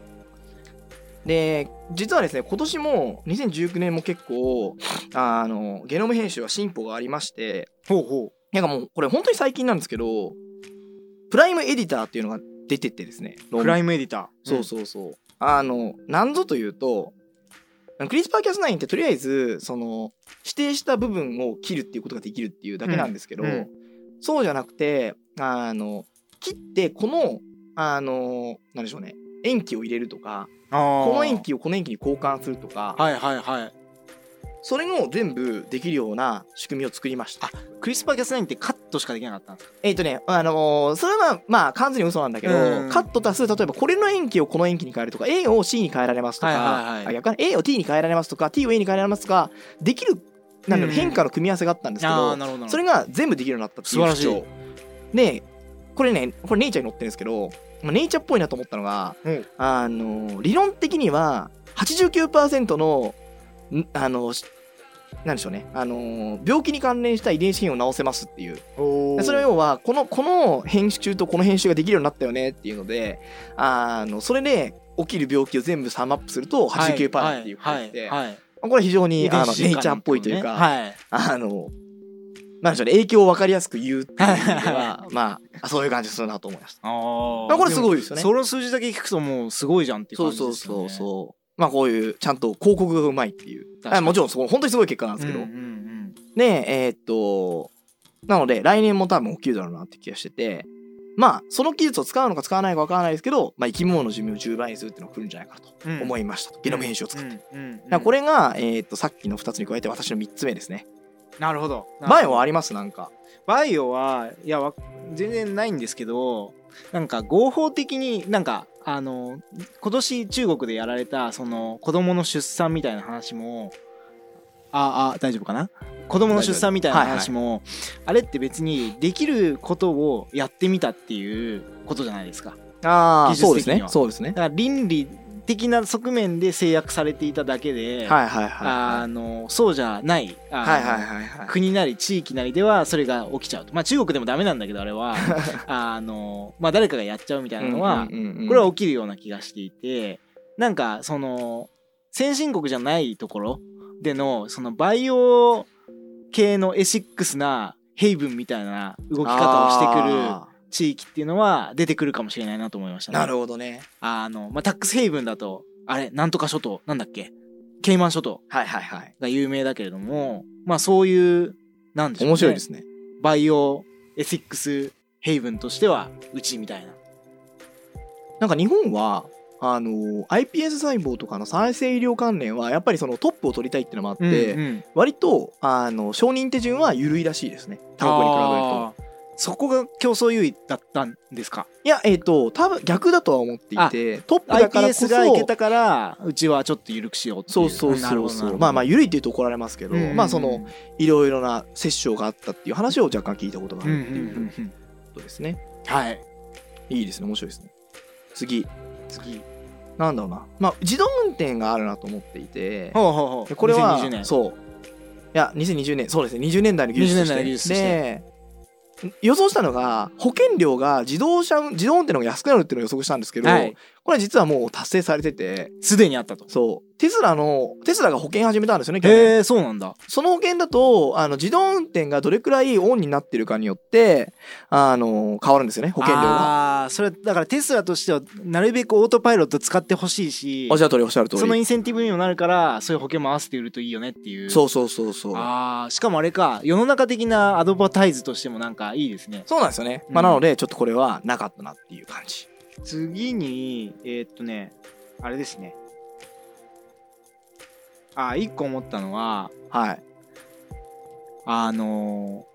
[SPEAKER 2] で実はですね今年も2019年も結構あのゲノム編集は進歩がありまして
[SPEAKER 1] ほうほ
[SPEAKER 2] なんかもうこれ本当に最近なんですけどプライムエディターっていうのが出てってですね
[SPEAKER 1] う
[SPEAKER 2] 論
[SPEAKER 1] プライムエディター
[SPEAKER 2] そうそうそう。あの、なんぞというと、クリスパーキャス9ってとりあえず、その、指定した部分を切るっていうことができるっていうだけなんですけど、
[SPEAKER 1] うんうん
[SPEAKER 2] そうじゃなくて、あの、切って、この、あの、なんでしょうね、塩基を入れるとか、こ
[SPEAKER 1] こ
[SPEAKER 2] の塩基をこの塩基に交換するとか、
[SPEAKER 1] はいはいはい
[SPEAKER 2] それを全部できるような仕組みを作りました。
[SPEAKER 1] クリスパーキャス9ってカットしかできなかったんですか
[SPEAKER 2] えっ、とね、あのーそれはまあ完全に嘘なんだけど、
[SPEAKER 1] うん
[SPEAKER 2] カット足す、例えばこれの延期をこの延期に変えるとか、A を C に変えられますとか、
[SPEAKER 1] はいはいはい
[SPEAKER 2] あ逆かな A を T に変えられますとか、T を A に変えられますとか、できる、なんだろ
[SPEAKER 1] うん
[SPEAKER 2] う変化の組み合わせがあったんですけ
[SPEAKER 1] ああ
[SPEAKER 2] ど
[SPEAKER 1] ー、なるほどなるほど
[SPEAKER 2] それが全部できるようになったっていう主
[SPEAKER 1] 素晴
[SPEAKER 2] 張。で、これね、これネイチャーに載ってるんですけど、まあ、ネイチャーっぽいなと思ったのが、
[SPEAKER 1] うん
[SPEAKER 2] あのー理論的には89%の、んあのーしなんでしょうね、あのー病気に関連した遺伝子変異を治せますっていう
[SPEAKER 1] お
[SPEAKER 2] でそれは要はこのこの編集とこの編集ができるようになったよねっていうのであのそれで起きる病気を全部サムアップすると89%っていうことで、
[SPEAKER 1] はいはい
[SPEAKER 2] これ非常にあのネイチャーっぽいというか、あのなんでしょうね影響を分かりやすく言うっていう意味で
[SPEAKER 1] はいはい [laughs]
[SPEAKER 2] はまあそういう感じするなと思いました。
[SPEAKER 1] あ
[SPEAKER 2] まあ、これす
[SPEAKER 1] い
[SPEAKER 2] ごいですよね。
[SPEAKER 1] その数字だけ聞くともうすごいじゃんっていう
[SPEAKER 2] そ
[SPEAKER 1] 感
[SPEAKER 2] う
[SPEAKER 1] じ
[SPEAKER 2] そう
[SPEAKER 1] ですよ
[SPEAKER 2] そ
[SPEAKER 1] ね
[SPEAKER 2] うそう。まあこういうちゃんと広告がうまいっていう
[SPEAKER 1] 確かに
[SPEAKER 2] あもちろんそこ本当にすごい結果なんですけど、
[SPEAKER 1] うんうん
[SPEAKER 2] でえーっとなので来年も多分起きるだろうなって気がしててまあその技術を使うのか使わないかわからないですけど、まあ、生き物の寿命を10倍にするっていうのが来るんじゃないかと
[SPEAKER 1] うんうん
[SPEAKER 2] 思いましたと、ゲノム編集を使って。
[SPEAKER 1] うんうんうん
[SPEAKER 2] だからこれが、えーっとさっきの2つに加えて私の3つ目ですね。
[SPEAKER 1] なるほど
[SPEAKER 2] 前はありますなんか。
[SPEAKER 1] バイオはいやわ全然ないんですけどなんか合法的になんかあの今年中国でやられたその子供の出産みたいな話もああ大丈夫かな子供の出産みたいな話も、あれって別にできることをやってみたっていうことじゃないですか
[SPEAKER 2] あ
[SPEAKER 1] ー
[SPEAKER 2] あそうです
[SPEAKER 1] 技術的に
[SPEAKER 2] ね
[SPEAKER 1] は
[SPEAKER 2] そうですね
[SPEAKER 1] だ。から倫理的な側面で制約されていただけで、
[SPEAKER 2] はいはいはい
[SPEAKER 1] あ
[SPEAKER 2] は
[SPEAKER 1] のそうじゃないあの
[SPEAKER 2] い。はいはいはいはい。
[SPEAKER 1] 国なり地域なりではそれが起きちゃうとまあ中国でもダメなんだけどあれ
[SPEAKER 2] [laughs]
[SPEAKER 1] はあの、まあ、誰かがやっちゃうみたいなのは、こ
[SPEAKER 2] こ
[SPEAKER 1] れは起きるような気がしていてなんかその先進国じゃないところでのそのバイオ系のエシックスなヘイブンみたいな動き方をしてくる地域っていうのは出てくるかもしれないなと思いましたね。
[SPEAKER 2] なるほどね。
[SPEAKER 1] あの、まあ、タックスヘイブンだと、あれ、なんとか諸島、なんだっけ、ケイマン諸島
[SPEAKER 2] はいはいはい。
[SPEAKER 1] が有名だけれども、まあ、そういう、なんでしょう、ね、
[SPEAKER 2] 面白いですね。
[SPEAKER 1] バイオエセックスヘイブンとしては、うちみたいな。
[SPEAKER 2] なんか日本はあの iPS 細胞とかの再生医療関連はやっぱりそのトップを取りたいってのもあって、
[SPEAKER 1] うんうん
[SPEAKER 2] 割とあの承認手順は緩いらしいですねタバコに比べると。
[SPEAKER 1] あーそこが競争優位だったんですか。
[SPEAKER 2] いやえっ、と多分逆だとは思っていてトップだからこそ
[SPEAKER 1] iPS がいけたから、うちはちょっと緩くしようっていう。
[SPEAKER 2] そうそう
[SPEAKER 1] なる
[SPEAKER 2] そ
[SPEAKER 1] ほ
[SPEAKER 2] う
[SPEAKER 1] ど
[SPEAKER 2] そ
[SPEAKER 1] なる
[SPEAKER 2] う
[SPEAKER 1] ほど
[SPEAKER 2] まあまあ緩いって言うと怒られますけど、
[SPEAKER 1] うんうんうん
[SPEAKER 2] まあそのいろいろな殺生があったっていう話を若干聞いたことがあ
[SPEAKER 1] うんうん
[SPEAKER 2] るっていううん
[SPEAKER 1] うん
[SPEAKER 2] ことですね、
[SPEAKER 1] はい。
[SPEAKER 2] いいですね面白いですね次
[SPEAKER 1] 次。
[SPEAKER 2] なんだろうなまあ自動運転があるなと思っていて
[SPEAKER 1] ほうほうほ
[SPEAKER 2] で
[SPEAKER 1] う。
[SPEAKER 2] これは
[SPEAKER 1] 2020年。
[SPEAKER 2] そういや2020年そうですね20年代の技術として
[SPEAKER 1] 20年代の技術とし
[SPEAKER 2] で予想したのが保険料が自動車運自動運転の方が安くなるっていうのを予測したんですけど、
[SPEAKER 1] はい
[SPEAKER 2] これは実はもう達成されてて
[SPEAKER 1] すでにあったと。
[SPEAKER 2] そうテスラのテスラが保険始めたんですよね去年
[SPEAKER 1] へえ、そうなんだ。
[SPEAKER 2] その保険だとあの自動運転がどれくらいオンになってるかによってあの変わるんですよね保険料が
[SPEAKER 1] ああーそれだからテスラとしてはなるべくオートパイロット使ってほしいし
[SPEAKER 2] おっしゃる通りおっしゃる通り
[SPEAKER 1] そのインセンティブにもなるからそういう保険も合わせて売るといいよねっていう
[SPEAKER 2] そううそうそうそう
[SPEAKER 1] あーしかもあれか世の中的なアドバタイズとしてもなんかいいですね
[SPEAKER 2] そうなんですよね、まあ
[SPEAKER 1] うん
[SPEAKER 2] なのでちょっとこれはなかったなっていう感じ
[SPEAKER 1] 次にえーっとねあれですねあ1個思ったのは
[SPEAKER 2] はい
[SPEAKER 1] あのー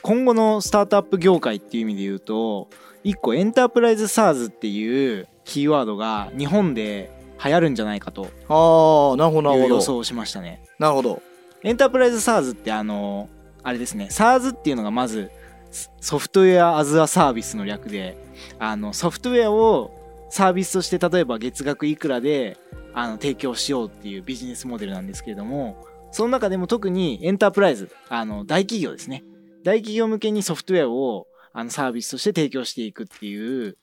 [SPEAKER 1] 今後のスタートアップ業界っていう意味で言うと1個エンタープライズ SARS っていうキーワードが日本で流行るんじゃないかと
[SPEAKER 2] ああなるほどなる
[SPEAKER 1] いう予
[SPEAKER 2] ほど
[SPEAKER 1] 想をしましたね。
[SPEAKER 2] なるほど。
[SPEAKER 1] エンタープライズ SARS ってあのあれですね SARS っていうのがまずソソフトウェア・アズ・ア・サービスの略であのソフトウェアをサービスとして例えば月額いくらであの提供しようっていうビジネスモデルなんですけれどもその中でも特にエンタープライズあの大企業ですね大企業向けにソフトウェアをあのサービスとして提供していくっていう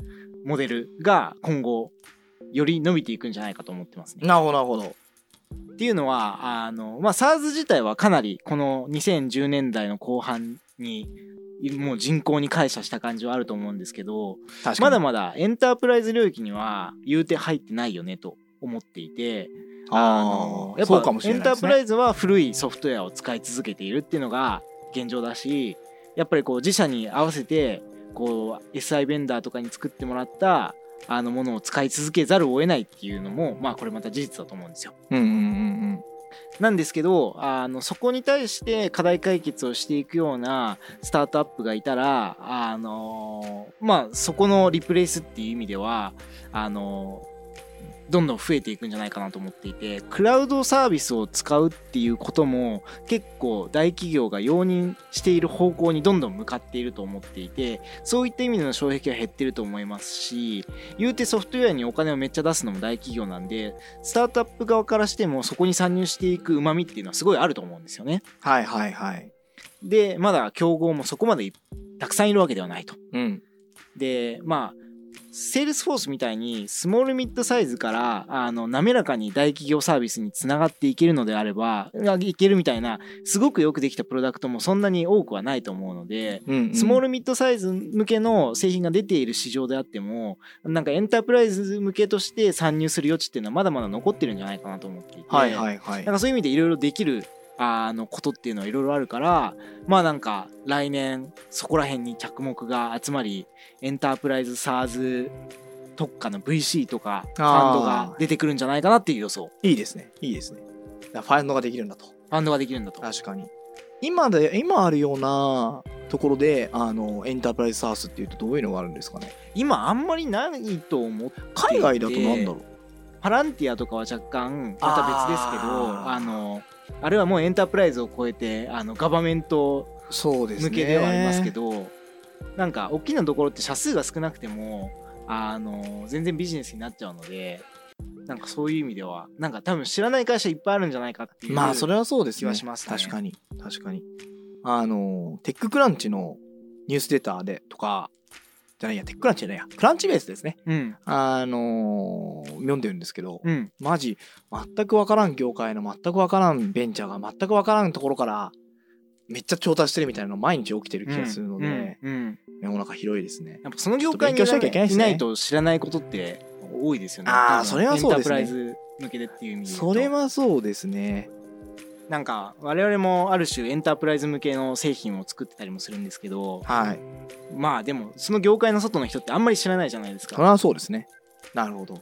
[SPEAKER 1] モデルが今後より伸びていくんじゃないかと思ってますね。
[SPEAKER 2] なるほど、なるほど。
[SPEAKER 1] っていうのはあの、まあ、SARS 自体はかなりこの2010年代の後半にもう人口に感謝した感じはあると思うんですけど
[SPEAKER 2] 確
[SPEAKER 1] まだ
[SPEAKER 2] ま
[SPEAKER 1] まだエンタープライズ領域には言うて入ってないよねと思っていてあの
[SPEAKER 2] あ
[SPEAKER 1] や
[SPEAKER 2] や
[SPEAKER 1] っ
[SPEAKER 2] っ
[SPEAKER 1] ぱ
[SPEAKER 2] ぱ
[SPEAKER 1] エンタープラ
[SPEAKER 2] イ
[SPEAKER 1] イズは古いソフトウェアを使い続けているっていうのが現状だしやっぱりこう自社に合わせてこう SI ベンダーとかに作ってもらったあのものを使い続けざるを得ないっていうのもまあこれまた事実だと思うんですよ。
[SPEAKER 2] ズ。うんうんうん
[SPEAKER 1] なんですけどあのそこに対して課題解決をしていくようなスタートアップがいたらあのまあそこのリプレイスっていう意味ではあのどんどん増えていくんじゃないかなと思っていてクラウドサービスを使うっていうことも結構大企業が容認している方向にどんどん向かっていると思っていてそういった意味での障壁は減ってると思いますし言うてソフトウェアにお金をめっちゃ出すのも大企業なんでスタートアップ側からしてもそこに参入していくうまみっていうのはすごいあると思うんですよね。
[SPEAKER 2] はいはいはい。
[SPEAKER 1] でまだ競合もそこまでいたくさんいるわけではないと。
[SPEAKER 2] うん。
[SPEAKER 1] でまあセールスフォースみたいにスモールミッドサイズからあの滑らかに大企業サービスにつながっていけるのであればあいけるみたいなすごくよくできたプロダクトもそんなに多くはないと思うので。
[SPEAKER 2] うん、うん。
[SPEAKER 1] スモールミッドサイズ向けの製品が出ている市場であってもなんかエンタープライズ向けとして参入する余地っていうのはまだまだ残ってるんじゃないかなと思っていて、
[SPEAKER 2] はいはいはい
[SPEAKER 1] なん。かそういう意味でいろいろできるあのことっていうのはいろいろあるからまあなんか来年そこら辺に着目が集まりエンタープライズ SARS 特化の VC とかファンドが出てくるんじゃないかなっていう予想
[SPEAKER 2] いいですね。いいですね。だからファンドができるんだと。
[SPEAKER 1] ファンドができるんだと。
[SPEAKER 2] 確かに。今で、今あるようなところで、あの、エンタープライズサースっていうとどういうのがあるんですかね。
[SPEAKER 1] 今あんまりないと思っていて
[SPEAKER 2] 海外だとなんだろう。
[SPEAKER 1] パランティアとかは若干また別ですけど
[SPEAKER 2] あー
[SPEAKER 1] あのあれはもうエンタープライズを超えてあのガバメント
[SPEAKER 2] そうですね。
[SPEAKER 1] 向けではありますけ。どなんか大きなところって社数が少なくてもあの全然ビジネスになっちゃうのでなんかそういう意味ではなんか多分知らない会社いっぱいあるんじゃないかっていう
[SPEAKER 2] まあ、それはそうですね。
[SPEAKER 1] 気はしますね
[SPEAKER 2] 確かに。確かに。あの、テッククランチのニュースデータでとか、じゃないや、テッククランチじゃないや、クランチベースですね。
[SPEAKER 1] うん
[SPEAKER 2] あのー読んでるんですけど、
[SPEAKER 1] うん
[SPEAKER 2] マジ全く分からん業界の全く分からんベンチャーが全く分からんところからめっちゃ調達してるみたいなの毎日起きてる気がするので、
[SPEAKER 1] うんうんうん
[SPEAKER 2] 世の中広いですね
[SPEAKER 1] やっぱその業界に
[SPEAKER 2] ちょっと勉強しなきゃいけないですね
[SPEAKER 1] ないと知らないことって多いですよね
[SPEAKER 2] あ
[SPEAKER 1] 多
[SPEAKER 2] ー
[SPEAKER 1] 分
[SPEAKER 2] それはそう
[SPEAKER 1] エ
[SPEAKER 2] ですね
[SPEAKER 1] ンタープライズ向けでっていう意味で言うと
[SPEAKER 2] それはそうですね
[SPEAKER 1] なんか我々もある種エンタープライズ向けの製品を作ってたりもするんですけど
[SPEAKER 2] はい
[SPEAKER 1] まあでもその業界の外の人ってあんまり知らないじゃないです
[SPEAKER 2] そ
[SPEAKER 1] か
[SPEAKER 2] れはそうですねなるほど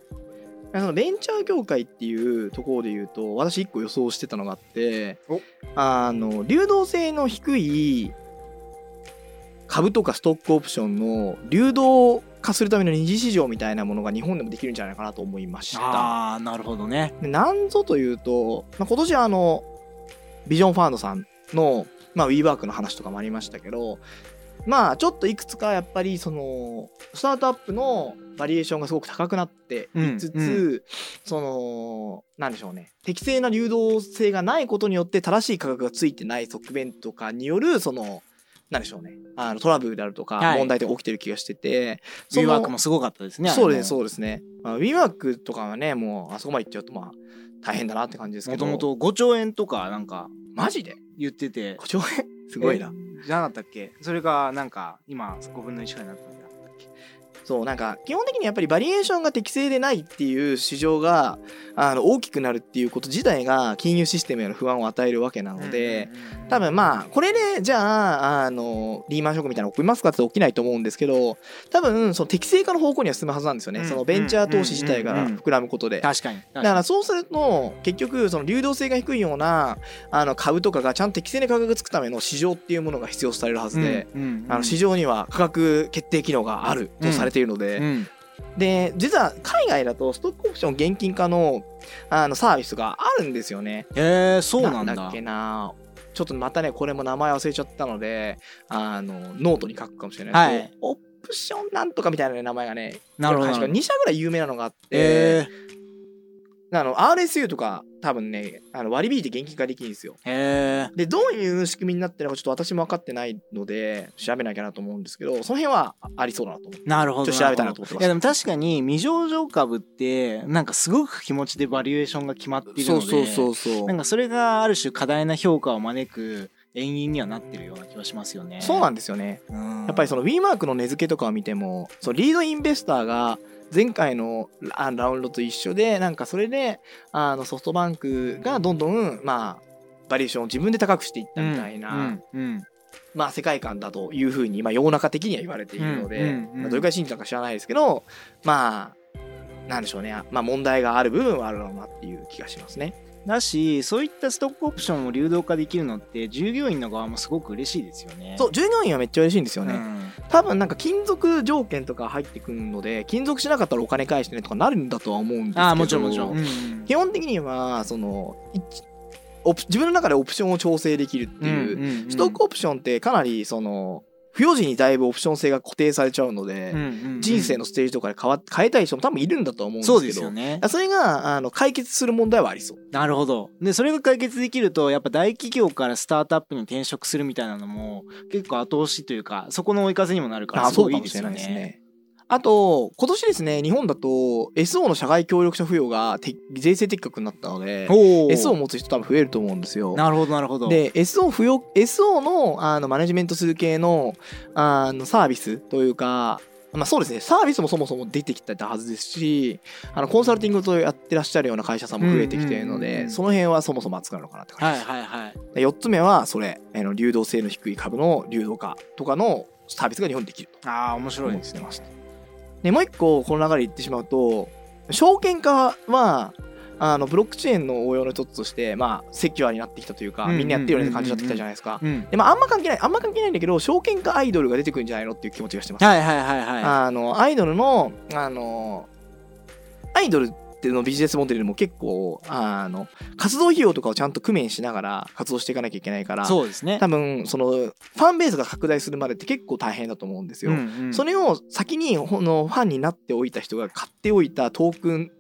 [SPEAKER 2] そのベンチャー業界っていうところで言うと私一個予想してたのがあって
[SPEAKER 1] お
[SPEAKER 2] あの流動性の低い株とかストックオプションの流動化するための二次市場みたいなものが日本でもできるんじゃないかなと思いました。
[SPEAKER 1] ああなるほどね
[SPEAKER 2] でなんぞというと、まあ、今年はあのビジョンファンドさんの、まあ、WeWork の話とかもありましたけどまあちょっといくつかやっぱりそのスタートアップのバリエーションがすごく高くなっていつつ、
[SPEAKER 1] うん
[SPEAKER 2] そのなんでしょうね適正な流動性がないことによって正しい価格がついてない側面とかによるそのなんでしょうねあのトラブルであるとか
[SPEAKER 1] はい
[SPEAKER 2] 問題点が起きてる気がしてて、そ
[SPEAKER 1] ビ
[SPEAKER 2] の
[SPEAKER 1] ワークもすごかったですね。
[SPEAKER 2] そうです
[SPEAKER 1] う
[SPEAKER 2] そうですね。まあ、WeWork とかはねもうあそこまで行っちゃうとまあ大変だなって感じですけ
[SPEAKER 1] も
[SPEAKER 2] ど
[SPEAKER 1] ともと5兆円とかなんか
[SPEAKER 2] マジで
[SPEAKER 1] 言ってて。
[SPEAKER 2] 5兆円 [laughs] すごいな。
[SPEAKER 1] え。じゃなかったっけそれがなんか今5分の1くらいになったんだ。
[SPEAKER 2] そうなんか基本的にやっぱりバリエーションが適正でないっていう市場があの大きくなるっていうこと自体が金融システムへの不安を与えるわけなので。
[SPEAKER 1] うんうんうん、
[SPEAKER 2] 多分まあこれでじゃああのリーマンショックみたいなの起きますかって起きないと思うんですけど多分その適正化の方向には進むはずなんですよね、
[SPEAKER 1] うん
[SPEAKER 2] そのベンチャー投資自
[SPEAKER 1] う
[SPEAKER 2] 体
[SPEAKER 1] んう
[SPEAKER 2] が
[SPEAKER 1] んうん
[SPEAKER 2] 膨らむことで、
[SPEAKER 1] 確かに。
[SPEAKER 2] だ
[SPEAKER 1] だ
[SPEAKER 2] からそうすると結局その流動性が低いようなあの株とかがちゃんと適正な価格がつくための市場っていうものが必要とされるはずで、、
[SPEAKER 1] うんうんうん
[SPEAKER 2] あの市場には価格決定機能があるとされているので、
[SPEAKER 1] うん
[SPEAKER 2] で実は海外だとストックオプション現金化のあのサービスがあるんですよね。
[SPEAKER 1] えー、そうなん
[SPEAKER 2] な
[SPEAKER 1] だ。
[SPEAKER 2] だっけなちょっとまたねこれも名前忘れちゃったのであのノートに書くかもしれないですけど、オプションなんとかみたいなね名前がね
[SPEAKER 1] なるほどなるほど。
[SPEAKER 2] 2社ぐらい有名なのがあって。
[SPEAKER 1] えー、
[SPEAKER 2] あの RSU とか多分ねあの割り引いて現金化できるんですよ
[SPEAKER 1] えー、
[SPEAKER 2] でどういう仕組みになってるのかちょっと私も分かってないので調べなきゃなと思うんですけどその辺はあありそうだなと思って
[SPEAKER 1] なるほど。
[SPEAKER 2] ちょっと調べたいなと思って
[SPEAKER 1] るほど
[SPEAKER 2] ま
[SPEAKER 1] い
[SPEAKER 2] す
[SPEAKER 1] やでも確かに未上場株ってなんかすごく気持ちでバリエーションが決まっているので。
[SPEAKER 2] うそ
[SPEAKER 1] なんかそれがある種過大な評価を招く遠因にはなってるような気がしますよね。
[SPEAKER 2] そうなんですよね
[SPEAKER 1] うん
[SPEAKER 2] やっぱりその WeMark の値付けとかを見てもそのリードインベスターが前回のあラウンドと一緒でなんかそれであのソフトバンクがどんどんまあバリエーションを自分で高くしていったみたいな、
[SPEAKER 1] うんうん
[SPEAKER 2] まあ、世界観だというふうに、まあ、世の中的には言われているので、
[SPEAKER 1] うんうんうん
[SPEAKER 2] まあどれくらい真実なのか知らないですけどまあなんでしょうね、まあ、問題がある部分はあるのかなっていう気がしますね。
[SPEAKER 1] だしそういったストックオプションを流動化できるのって従業員の側もすごく嬉しいですよね。
[SPEAKER 2] そう従業員はめっちゃ嬉しいんですよ
[SPEAKER 1] う
[SPEAKER 2] ね、
[SPEAKER 1] ん
[SPEAKER 2] 多分なんか金属条件とか入ってくるので金属しなかったらお金返してねとかなるんだとは思うんですけど
[SPEAKER 1] ああもちろんもちろん。うん
[SPEAKER 2] 基本的にはそのいオプ自分の中でオプションを調整できるって
[SPEAKER 1] うん
[SPEAKER 2] い
[SPEAKER 1] う
[SPEAKER 2] う、
[SPEAKER 1] んうんうん
[SPEAKER 2] ストックオプションってかなりその不用時にだいぶオプション性が固定されちゃうので、
[SPEAKER 1] うんうんうん
[SPEAKER 2] 人生のステージとかで変わ変えたい人も多分いるんだとは思うんですけ
[SPEAKER 1] そ
[SPEAKER 2] ど
[SPEAKER 1] うですよね。
[SPEAKER 2] それがあの解決する問題はありそう
[SPEAKER 1] なるほど。でそれが解決できるとやっぱ大企業からスタートアップに転職するみたいなのも結構後押しというかそこの追い風にもなるからすごいいいですよ
[SPEAKER 2] そうかもしれない
[SPEAKER 1] ね。
[SPEAKER 2] あと今年ですね日本だと SO の社外協力者扶養がて税制適格になったので
[SPEAKER 1] おお。
[SPEAKER 2] SO を持つ人多分増えると思うんですよ。
[SPEAKER 1] なるほどなるほど。
[SPEAKER 2] で SO, 扶養 SO のあのマネジメントする系のあのサービスというか、まあ、そうですねサービスもそもそも出てきたはずですしあのコンサルティングとやってらっしゃるような会社さんも増えてきているの
[SPEAKER 1] うんうんうんう
[SPEAKER 2] で
[SPEAKER 1] ん
[SPEAKER 2] その辺はそもそも扱うのかなって感
[SPEAKER 1] は
[SPEAKER 2] じ
[SPEAKER 1] い
[SPEAKER 2] です。
[SPEAKER 1] はいはい。
[SPEAKER 2] で4つ目はそれあの流動性の低い株の流動化とかのサービスが日本にできる
[SPEAKER 1] ああ面白いですね。
[SPEAKER 2] でもう一個この流れ言ってしまうと証券化はあのブロックチェーンの応用の一つとしてまあセキュアになってきたというか
[SPEAKER 1] うんうん
[SPEAKER 2] みんなやってるような感じになってきたじゃないですか。
[SPEAKER 1] うん。
[SPEAKER 2] でまあ、あんま関係ないあんま関係ないんだけど証券化アイドルが出てくるんじゃないのっていう気持ちがしてます。
[SPEAKER 1] はいはいはいは
[SPEAKER 2] あのアイドルのあのアイドルっていうのビジネスモデルも結構あの活動費用とかをちゃんと工面しながら活動していかなきゃいけないから
[SPEAKER 1] い。そうですね。
[SPEAKER 2] [laughs] 多分そのファンベースが拡大するまでって結構大変だと思うんですよ。
[SPEAKER 1] うんうん
[SPEAKER 2] それを先にほのファンになっておいた人が買っておいたトークン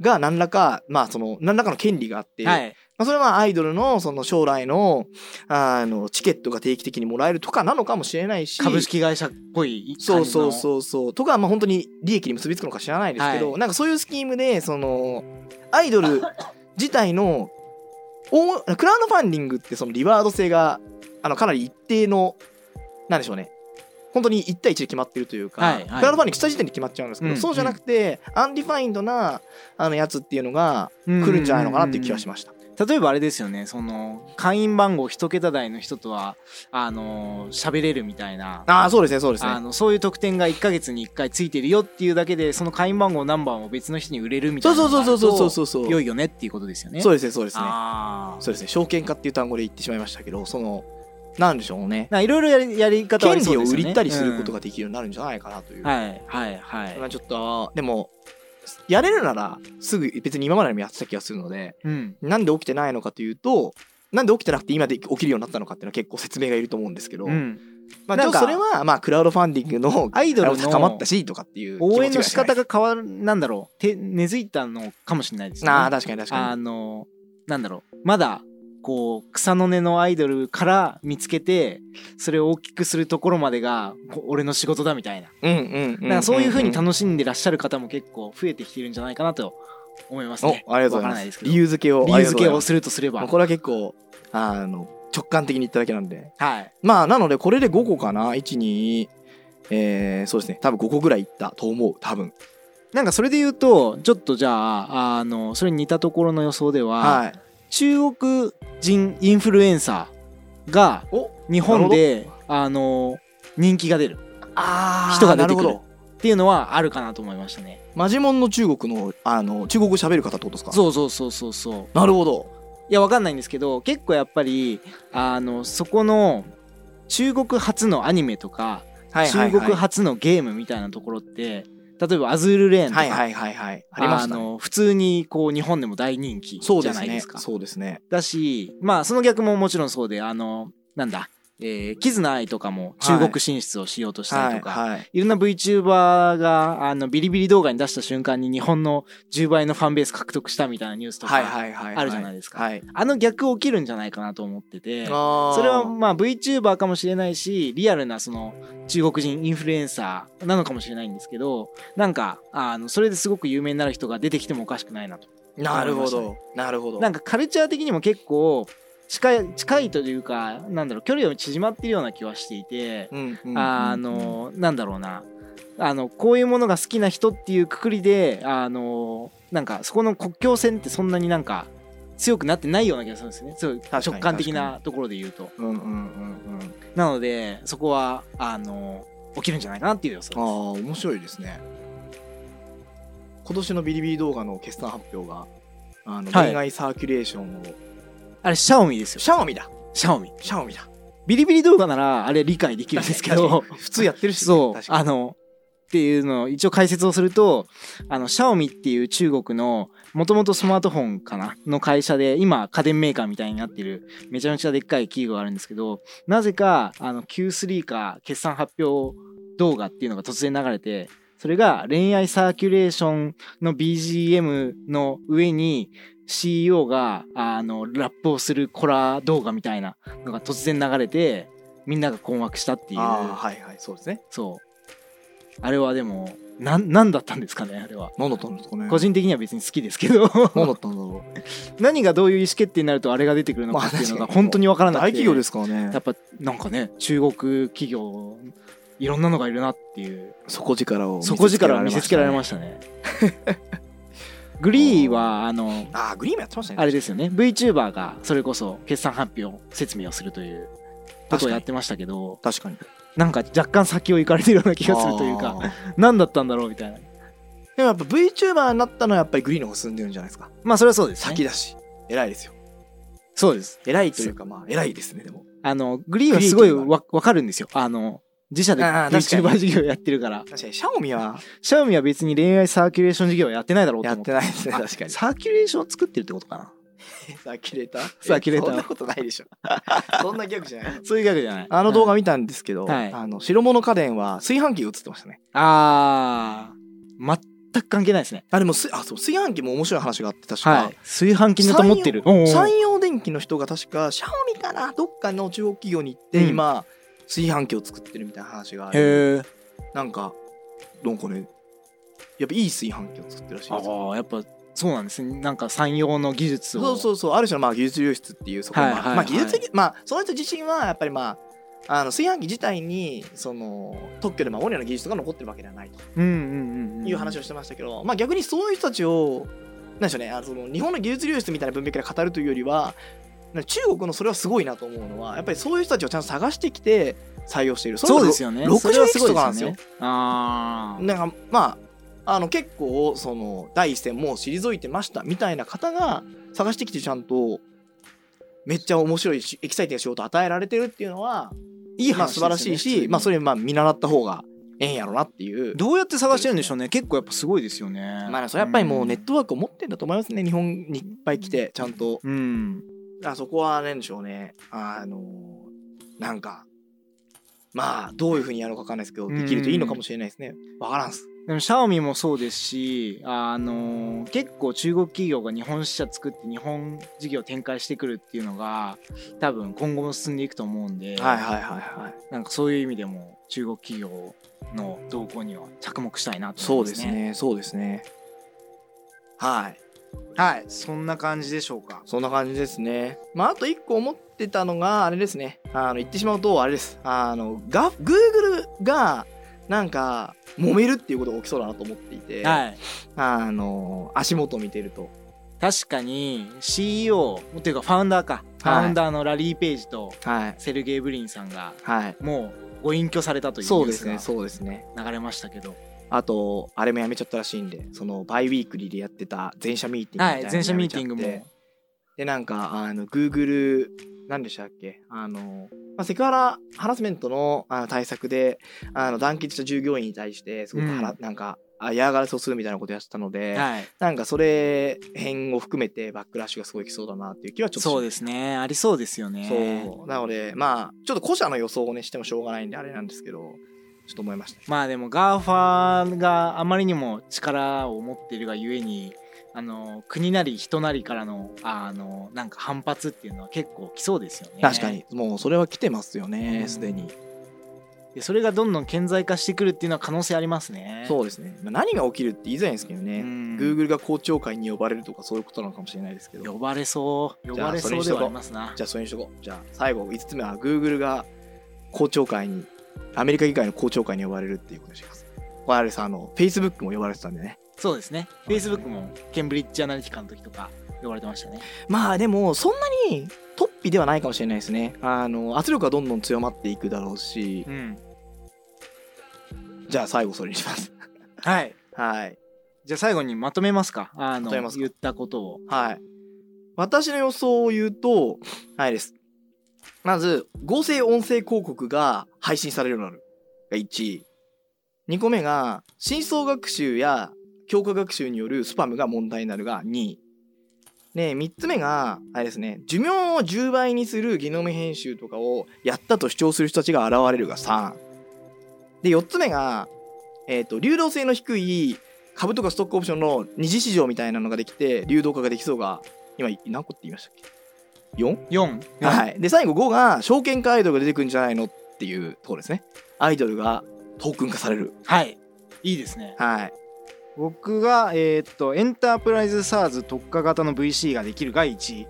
[SPEAKER 2] が何らかまあその何らかの権利があって、
[SPEAKER 1] はい。
[SPEAKER 2] まあ、それはアイドルのその将来のあのチケットが定期的にもらえるとかなのかもしれないし
[SPEAKER 1] 株式会社っぽい
[SPEAKER 2] そうそう
[SPEAKER 1] う。
[SPEAKER 2] そうそうとかまあ本当に利益に結びつくのか知らないですけど、
[SPEAKER 1] は
[SPEAKER 2] なんかそういうスキームでそのアイドル自体のおクラウドファンディングってそのリワード性があのかなり一定のなんでしょうね本当に1対1で決まってるというか、
[SPEAKER 1] はいはい
[SPEAKER 2] クラウドファンディングした時点で決まっちゃうんですけど、
[SPEAKER 1] うん
[SPEAKER 2] そうじゃなくて、アンディファインドなあのやつっていうのが来るんじゃないのかなっていう気はしました。
[SPEAKER 1] す。例えばあれですよね、その会員番号一桁台の人とはあの喋れるみたいな。
[SPEAKER 2] ああそうですねそうです
[SPEAKER 1] あ
[SPEAKER 2] ね。
[SPEAKER 1] のそういう特典が1ヶ月に1回ついてるよっていうだけでその会員番号何番を別の人に売れるみた
[SPEAKER 2] そ
[SPEAKER 1] いうな
[SPEAKER 2] そうそうそうそうそううそう。
[SPEAKER 1] 良いよねっていうことですよね。
[SPEAKER 2] そう
[SPEAKER 1] う
[SPEAKER 2] ですねそうですね。
[SPEAKER 1] あー
[SPEAKER 2] そうですね証券化っていう単語で言ってしまいましたけどそのなんでしょうね
[SPEAKER 1] なんかいろいろやりやり方はあ
[SPEAKER 2] 権
[SPEAKER 1] りそ
[SPEAKER 2] 利
[SPEAKER 1] う
[SPEAKER 2] を
[SPEAKER 1] ですよ
[SPEAKER 2] 売
[SPEAKER 1] ね
[SPEAKER 2] りたりすること
[SPEAKER 1] が、
[SPEAKER 2] ができるようになるんじゃないかなという、
[SPEAKER 1] うんはいはいはい
[SPEAKER 2] まあちょっとでもやれるならすぐ別に今までもやってた気がするので
[SPEAKER 1] うん
[SPEAKER 2] なんで起きてないのかというとなんで起きてなくて今で起きるようになったのかっていうのは結構説明がいると思うんですけど、
[SPEAKER 1] うん
[SPEAKER 2] まあ、
[SPEAKER 1] な
[SPEAKER 2] ちょ
[SPEAKER 1] ん
[SPEAKER 2] っと
[SPEAKER 1] か
[SPEAKER 2] それはまあクラウドファンディングの
[SPEAKER 1] アイドルの
[SPEAKER 2] 高まったしとかっていう
[SPEAKER 1] 応援の仕方
[SPEAKER 2] が
[SPEAKER 1] が変わるなんだろうて根付いたのかもしれないですね。
[SPEAKER 2] ああ確かに確か
[SPEAKER 1] あ
[SPEAKER 2] に
[SPEAKER 1] のなんだろうまだこう草の根のアイドルから見つけてそれを大きくするところまでがこ俺の仕事だみたいな,、
[SPEAKER 2] うんうんうん
[SPEAKER 1] なんかそういうふうに
[SPEAKER 2] 頼
[SPEAKER 1] 楽しんでらっしゃる方も結構増えてきてるんじゃないかなと思います
[SPEAKER 2] お
[SPEAKER 1] ね。
[SPEAKER 2] ありがと
[SPEAKER 1] わ
[SPEAKER 2] うござい
[SPEAKER 1] から
[SPEAKER 2] ま
[SPEAKER 1] ない
[SPEAKER 2] す
[SPEAKER 1] ですけど
[SPEAKER 2] 理由付けを
[SPEAKER 1] 理由付けを
[SPEAKER 2] す
[SPEAKER 1] するとすれば。
[SPEAKER 2] これは結構あの直感的に言っただけなんで
[SPEAKER 1] はい、
[SPEAKER 2] まあなのでこれで5個かな12えー、そうですね多分5個ぐらいいったと思う多分
[SPEAKER 1] なんかそれで言うとちょっとじゃああのそれに似たところの予想では、
[SPEAKER 2] はい
[SPEAKER 1] 中国人インフルエンサーが
[SPEAKER 2] お
[SPEAKER 1] 日本であの人気が出る
[SPEAKER 2] あ
[SPEAKER 1] 人が出てくる
[SPEAKER 2] なるほど
[SPEAKER 1] っていうのはあるかなと思いましたね。
[SPEAKER 2] マジモンの中国のあの中国語喋る方ってことですかう
[SPEAKER 1] そうそうそうそうそう
[SPEAKER 2] なるほど
[SPEAKER 1] いやわかんないんですけど結構やっぱりあのそこの中国発のアニメとか、
[SPEAKER 2] はいはいはい
[SPEAKER 1] 中国発のゲームみたいなところって例えば「アズールレーン」とか、
[SPEAKER 2] はいはいはいはいありました
[SPEAKER 1] あ
[SPEAKER 2] ね
[SPEAKER 1] の普通にこう日本でも大人気
[SPEAKER 2] そう
[SPEAKER 1] じ
[SPEAKER 2] で
[SPEAKER 1] ゃ
[SPEAKER 2] す
[SPEAKER 1] ないで
[SPEAKER 2] ね
[SPEAKER 1] すか。
[SPEAKER 2] そうですね
[SPEAKER 1] だしまあその逆ももちろんそうであのなんだ、えー、キズナアイとかも中国進出をしようとした
[SPEAKER 2] は
[SPEAKER 1] り
[SPEAKER 2] い
[SPEAKER 1] とか、
[SPEAKER 2] はい
[SPEAKER 1] いろんな VTuber があのビリビリ動画に出した瞬間に日本の10倍のファンベース獲得したみたいなニュースとか、
[SPEAKER 2] はいはいはい
[SPEAKER 1] あるじゃないですか
[SPEAKER 2] はい
[SPEAKER 1] あの逆起きるんじゃないかなと思っててそ
[SPEAKER 2] そ
[SPEAKER 1] れはまあ VTuber かもしれないしリアルなその中国人インフルエンサーなのかもしれないんですけどなんかあのそれですごく有名になる人が出てきてもおかしくないなと
[SPEAKER 2] なるほ
[SPEAKER 1] 思い
[SPEAKER 2] どなるほど
[SPEAKER 1] なんかカルチャー的にも結構近い近いというかなんだろう距離を縮まってるような気はしていて
[SPEAKER 2] うんうん
[SPEAKER 1] あのなんだろうなあのこういうものが好きな人っていうくくりであのなんかそこの国境線ってそんなになんか強くなってないような気がするんですねそう
[SPEAKER 2] かに
[SPEAKER 1] 直感的なところで言うと
[SPEAKER 2] うんうんうんうん
[SPEAKER 1] なのでそこはあの起きるんじゃないかなっていう予想
[SPEAKER 2] ああ
[SPEAKER 1] で
[SPEAKER 2] 面白いですね今年のビリビリ動画の決算発表があの
[SPEAKER 1] はい
[SPEAKER 2] 恋愛サーキュレーションを、
[SPEAKER 1] あれシャオミですよ
[SPEAKER 2] シャオミだ
[SPEAKER 1] シャオミ
[SPEAKER 2] シャオミだ
[SPEAKER 1] ビリビリ動画ならあれ理解できるんですけど
[SPEAKER 2] [laughs] 確かに普通やってるし
[SPEAKER 1] そう
[SPEAKER 2] 確かに
[SPEAKER 1] あのっていうのを一応解説をするとあのシャオミっていう中国のもともとスマートフォンかなの会社で今家電メーカーみたいになってるめちゃめちゃでっかい企業があるんですけどなぜかあの Q3 か決算発表動画っていうのが突然流れてそれが恋愛サーキュレーションの BGM の上に CEO があのラップをするコラ動画みたいなのが突然流れてみんなが困惑したっていう
[SPEAKER 2] ああはいはいそうですね
[SPEAKER 1] そう。あれはでも、なん、なんだったんですかね、あれは。
[SPEAKER 2] 何だったんですかね
[SPEAKER 1] 個人的には別に好きですけど
[SPEAKER 2] 何だったんだろう
[SPEAKER 1] [laughs] 何がどういう意思決定になるとあれが出てくるのかっていうの
[SPEAKER 2] ま
[SPEAKER 1] が
[SPEAKER 2] あ確かに
[SPEAKER 1] 本当にわからなくて、
[SPEAKER 2] 大企業ですすからね
[SPEAKER 1] やっぱなんかね中国企業いろんなのがいるなっていう
[SPEAKER 2] 底力を見せつけら
[SPEAKER 1] 底力を
[SPEAKER 2] れましたね
[SPEAKER 1] 見せつけられましたね
[SPEAKER 2] [laughs]
[SPEAKER 1] グリーはあの
[SPEAKER 2] ああグリーンもやってましたね
[SPEAKER 1] あれですよね VTuber がそれこそ決算発表説明をするということをやってましたけど
[SPEAKER 2] 確かに
[SPEAKER 1] なんか若干先を行かれてるような気がするというか
[SPEAKER 2] あー
[SPEAKER 1] 何だったんだろうみたいな
[SPEAKER 2] でもやっぱ VTuber になったのはやっぱりグリーンの方が進んでるんじゃないですか
[SPEAKER 1] まあそれはそうです、ね、
[SPEAKER 2] 先だし偉いですよ
[SPEAKER 1] そうです
[SPEAKER 2] 偉いというかまあ偉いですねでも
[SPEAKER 1] あのグリーンはすごい
[SPEAKER 2] クリエイティブ
[SPEAKER 1] わわかるんですよあの自社で
[SPEAKER 2] あー確か
[SPEAKER 1] VTuber
[SPEAKER 2] に
[SPEAKER 1] 事業やってるから
[SPEAKER 2] 確かにシャオミは
[SPEAKER 1] シャオミは別に恋愛サーキュレーション事業はやってないだろうと
[SPEAKER 2] や
[SPEAKER 1] 思
[SPEAKER 2] っ
[SPEAKER 1] って
[SPEAKER 2] てないですね
[SPEAKER 1] あ
[SPEAKER 2] 確かに
[SPEAKER 1] サーキュレーションを作ってるってことかな
[SPEAKER 2] サーキュレー [laughs] ター
[SPEAKER 1] サーキュレーター
[SPEAKER 2] そんなことないでしょ [laughs] そんなギャグじゃない
[SPEAKER 1] そういうわけじゃない
[SPEAKER 2] あの動画
[SPEAKER 1] うん
[SPEAKER 2] 見たんですけど、
[SPEAKER 1] はい
[SPEAKER 2] あの白物家電は炊飯器が映ってましたね
[SPEAKER 1] あー全く関係ないですね
[SPEAKER 2] あでもすあそう炊飯器も面白い話があって確か、
[SPEAKER 1] はい炊飯器にと思ってるおうおう
[SPEAKER 2] 山陽電機の人が確かシャオミかなどっかの中国企業に行って、
[SPEAKER 1] うん
[SPEAKER 2] 今炊飯器を作ってるみたいな話がある
[SPEAKER 1] へえ
[SPEAKER 2] なんかなんかねやっぱいい炊飯器を作ってるらしい
[SPEAKER 1] あ
[SPEAKER 2] んですよ
[SPEAKER 1] ーやっぱそうなんですねなんか産業の技術を
[SPEAKER 2] そうそうそうある種のまあ技術流出っていうそこにまあ
[SPEAKER 1] はいはいはい
[SPEAKER 2] まあ技術的まあその人自身はやっぱりまああの炊飯器自体にその特許で守るような技術が残ってるわけではないと
[SPEAKER 1] うんうんうん
[SPEAKER 2] いう話をしてましたけど、まあ逆にそういう人たちをなんでしょうねあのその日本の技術流出みたいな文脈で語るというよりはなんか中国のそれはすごいなと思うのはやっぱりそういう人たちをちゃんと探してきて採用している
[SPEAKER 1] そうですよね
[SPEAKER 2] 60
[SPEAKER 1] それはすごい
[SPEAKER 2] いくつとかなんですよ
[SPEAKER 1] ねあー
[SPEAKER 2] なんかまああの結構その第一線もう退いてましたみたいな方が探してきてちゃんとめっちゃ面白いしエキサイティングな仕事を与えられてるっていうのは、
[SPEAKER 1] いい
[SPEAKER 2] まあ、
[SPEAKER 1] 話
[SPEAKER 2] 素晴らしい
[SPEAKER 1] ですよね
[SPEAKER 2] し、まあ、それまあ見習った方がええんやろなっていう。
[SPEAKER 1] どうやって探してるんでしょうね結構やっぱすごいですよね
[SPEAKER 2] まあ、それやっぱりもうネ
[SPEAKER 1] ね
[SPEAKER 2] ットワークを持ってんだと思いますね、日本にいっぱい来てちゃんと
[SPEAKER 1] うん
[SPEAKER 2] あそこは何でしょうねあのなんかまあどういうふうにやるのか分かんないですけど
[SPEAKER 1] うん
[SPEAKER 2] できるといいのかもしれないですね分からんっす
[SPEAKER 1] でもシャオミもそうですし、あのー結構中国企業が日本支社作って日本事業展開してくるっていうのが多分今後も進んでいくと思うんで、
[SPEAKER 2] はいはいはいはい
[SPEAKER 1] なんかそういう意味でも中国企業の動向には着目したいなと
[SPEAKER 2] そ
[SPEAKER 1] 思
[SPEAKER 2] う
[SPEAKER 1] いま
[SPEAKER 2] ですす
[SPEAKER 1] ね。
[SPEAKER 2] ねそうですねはい
[SPEAKER 1] はい、そんな感じでしょうか。
[SPEAKER 2] そんな感じですねまああと一個思ってたのがあれですねあの言ってしまうとあれですあのが Google がなんか揉めるっていうことが起きそうだなと思っていて、
[SPEAKER 1] はい、
[SPEAKER 2] あの足元を見てると
[SPEAKER 1] 確かに CEO っていうかファウンダーか、
[SPEAKER 2] はい
[SPEAKER 1] ファウンダーのラリー・ページと
[SPEAKER 2] はい
[SPEAKER 1] セルゲイ・ブリンさんが
[SPEAKER 2] はい
[SPEAKER 1] もうご隠居されたというニ
[SPEAKER 2] そ
[SPEAKER 1] ュ
[SPEAKER 2] う
[SPEAKER 1] ー
[SPEAKER 2] で
[SPEAKER 1] ス
[SPEAKER 2] すね
[SPEAKER 1] が
[SPEAKER 2] そうですね
[SPEAKER 1] 流れましたけど、
[SPEAKER 2] あとあれもやめちゃったらしいんでそのバイウィークリーでやってた全社ミーティングみた
[SPEAKER 1] はいい、
[SPEAKER 2] なの
[SPEAKER 1] 全社
[SPEAKER 2] やめ
[SPEAKER 1] ミー
[SPEAKER 2] ちゃ
[SPEAKER 1] テ
[SPEAKER 2] って
[SPEAKER 1] ィングも。
[SPEAKER 2] でなんかあの Google 何でしたっけあの、まあ、セクハラハラスメントのあの対策であの団結した従業員に対してすごくはら、
[SPEAKER 1] うん
[SPEAKER 2] なんかあ嫌がらせをするみたいなことやってたので、
[SPEAKER 1] はい
[SPEAKER 2] なんかそれ辺を含めてバックラッシュがすごいきそうだなっていう気はちょっとし
[SPEAKER 1] そうですねありそうですよね
[SPEAKER 2] そうなのでまあちょっと個社の予想をねしてもしょうがないんであれなんですけどちょっと思いましたね、
[SPEAKER 1] まあでも GAFA があまりにも力を持っているがゆえにあの国なり人なりからのあのなんか反発っていうのは結構来そうですよね
[SPEAKER 2] 確かにもうそれは来てますよねすでに
[SPEAKER 1] でそれがどんどん顕在化してくるっていうのは可能性ありますね
[SPEAKER 2] そうですね、まあ、何が起きるって以前ですけどね、
[SPEAKER 1] うん
[SPEAKER 2] Google が公聴会に呼ばれるとかそういうことなのかもしれないですけど
[SPEAKER 1] 呼ばれそう呼
[SPEAKER 2] じゃあ
[SPEAKER 1] ばれそう
[SPEAKER 2] それにし
[SPEAKER 1] で
[SPEAKER 2] とこう
[SPEAKER 1] はありますな
[SPEAKER 2] じゃあそれにしとこうじゃあ最後5つ目は Google が公聴会にアメリカ議会の公聴会に呼ばれるっていうことにします我々さあの Facebook も呼ばれてたんでね
[SPEAKER 1] そうですね
[SPEAKER 2] そうですね
[SPEAKER 1] Facebook もケンブリッジアナリティカの時とか呼ばれてましたね
[SPEAKER 2] まあでもそんなにトッピではないかもしれないですねあの圧力がどんどん強まっていくだろうし
[SPEAKER 1] うん
[SPEAKER 2] じゃあ最後それにします
[SPEAKER 1] はい
[SPEAKER 2] はい
[SPEAKER 1] じゃあ最後にまとめますかあの
[SPEAKER 2] まとめますか
[SPEAKER 1] 言ったことを
[SPEAKER 2] はい。私の予想を言うと、はいです。まず、合成音声広告が配信されるようになる。が1。2個目が、深層学習や強化学習によるスパムが問題になるが2。で、3つ目が、あれですね、寿命を10倍にするゲノム編集とかをやったと主張する人たちが現れるが3。で、4つ目が、えっ、と、流動性の低い株とかストックオプションの二次市場みたいなのができて流動化ができそうが今何個って言いましたっけ 4?
[SPEAKER 1] 4
[SPEAKER 2] はいで最後5が証券化アイドルが出てくるんじゃないのっていうところですねアイドルがトークン化される
[SPEAKER 1] はいいいですね
[SPEAKER 2] はい
[SPEAKER 1] 僕がえーっとエンタープライズ SARS 特化型の VC ができるが1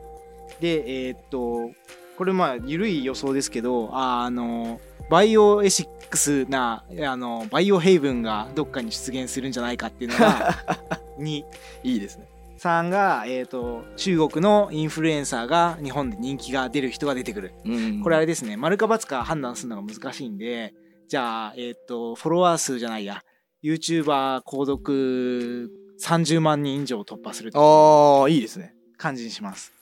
[SPEAKER 1] でえーっとこれまあ緩い予想ですけどあのバイオエシックスなあのバイオヘイブンがどっかに出現するんじゃないかっていうのが2 [laughs]
[SPEAKER 2] いいですね
[SPEAKER 1] 3が、えーっと中国のインフルエンサーが日本で人気が出る人が出てくる
[SPEAKER 2] うん
[SPEAKER 1] これあれですね、丸か×か判断するのが難しいんで、じゃあ、えーっ、と、フォロワー数じゃないや、YouTuber 購読30万人以上突破する
[SPEAKER 2] あーいいですね
[SPEAKER 1] 感じにします。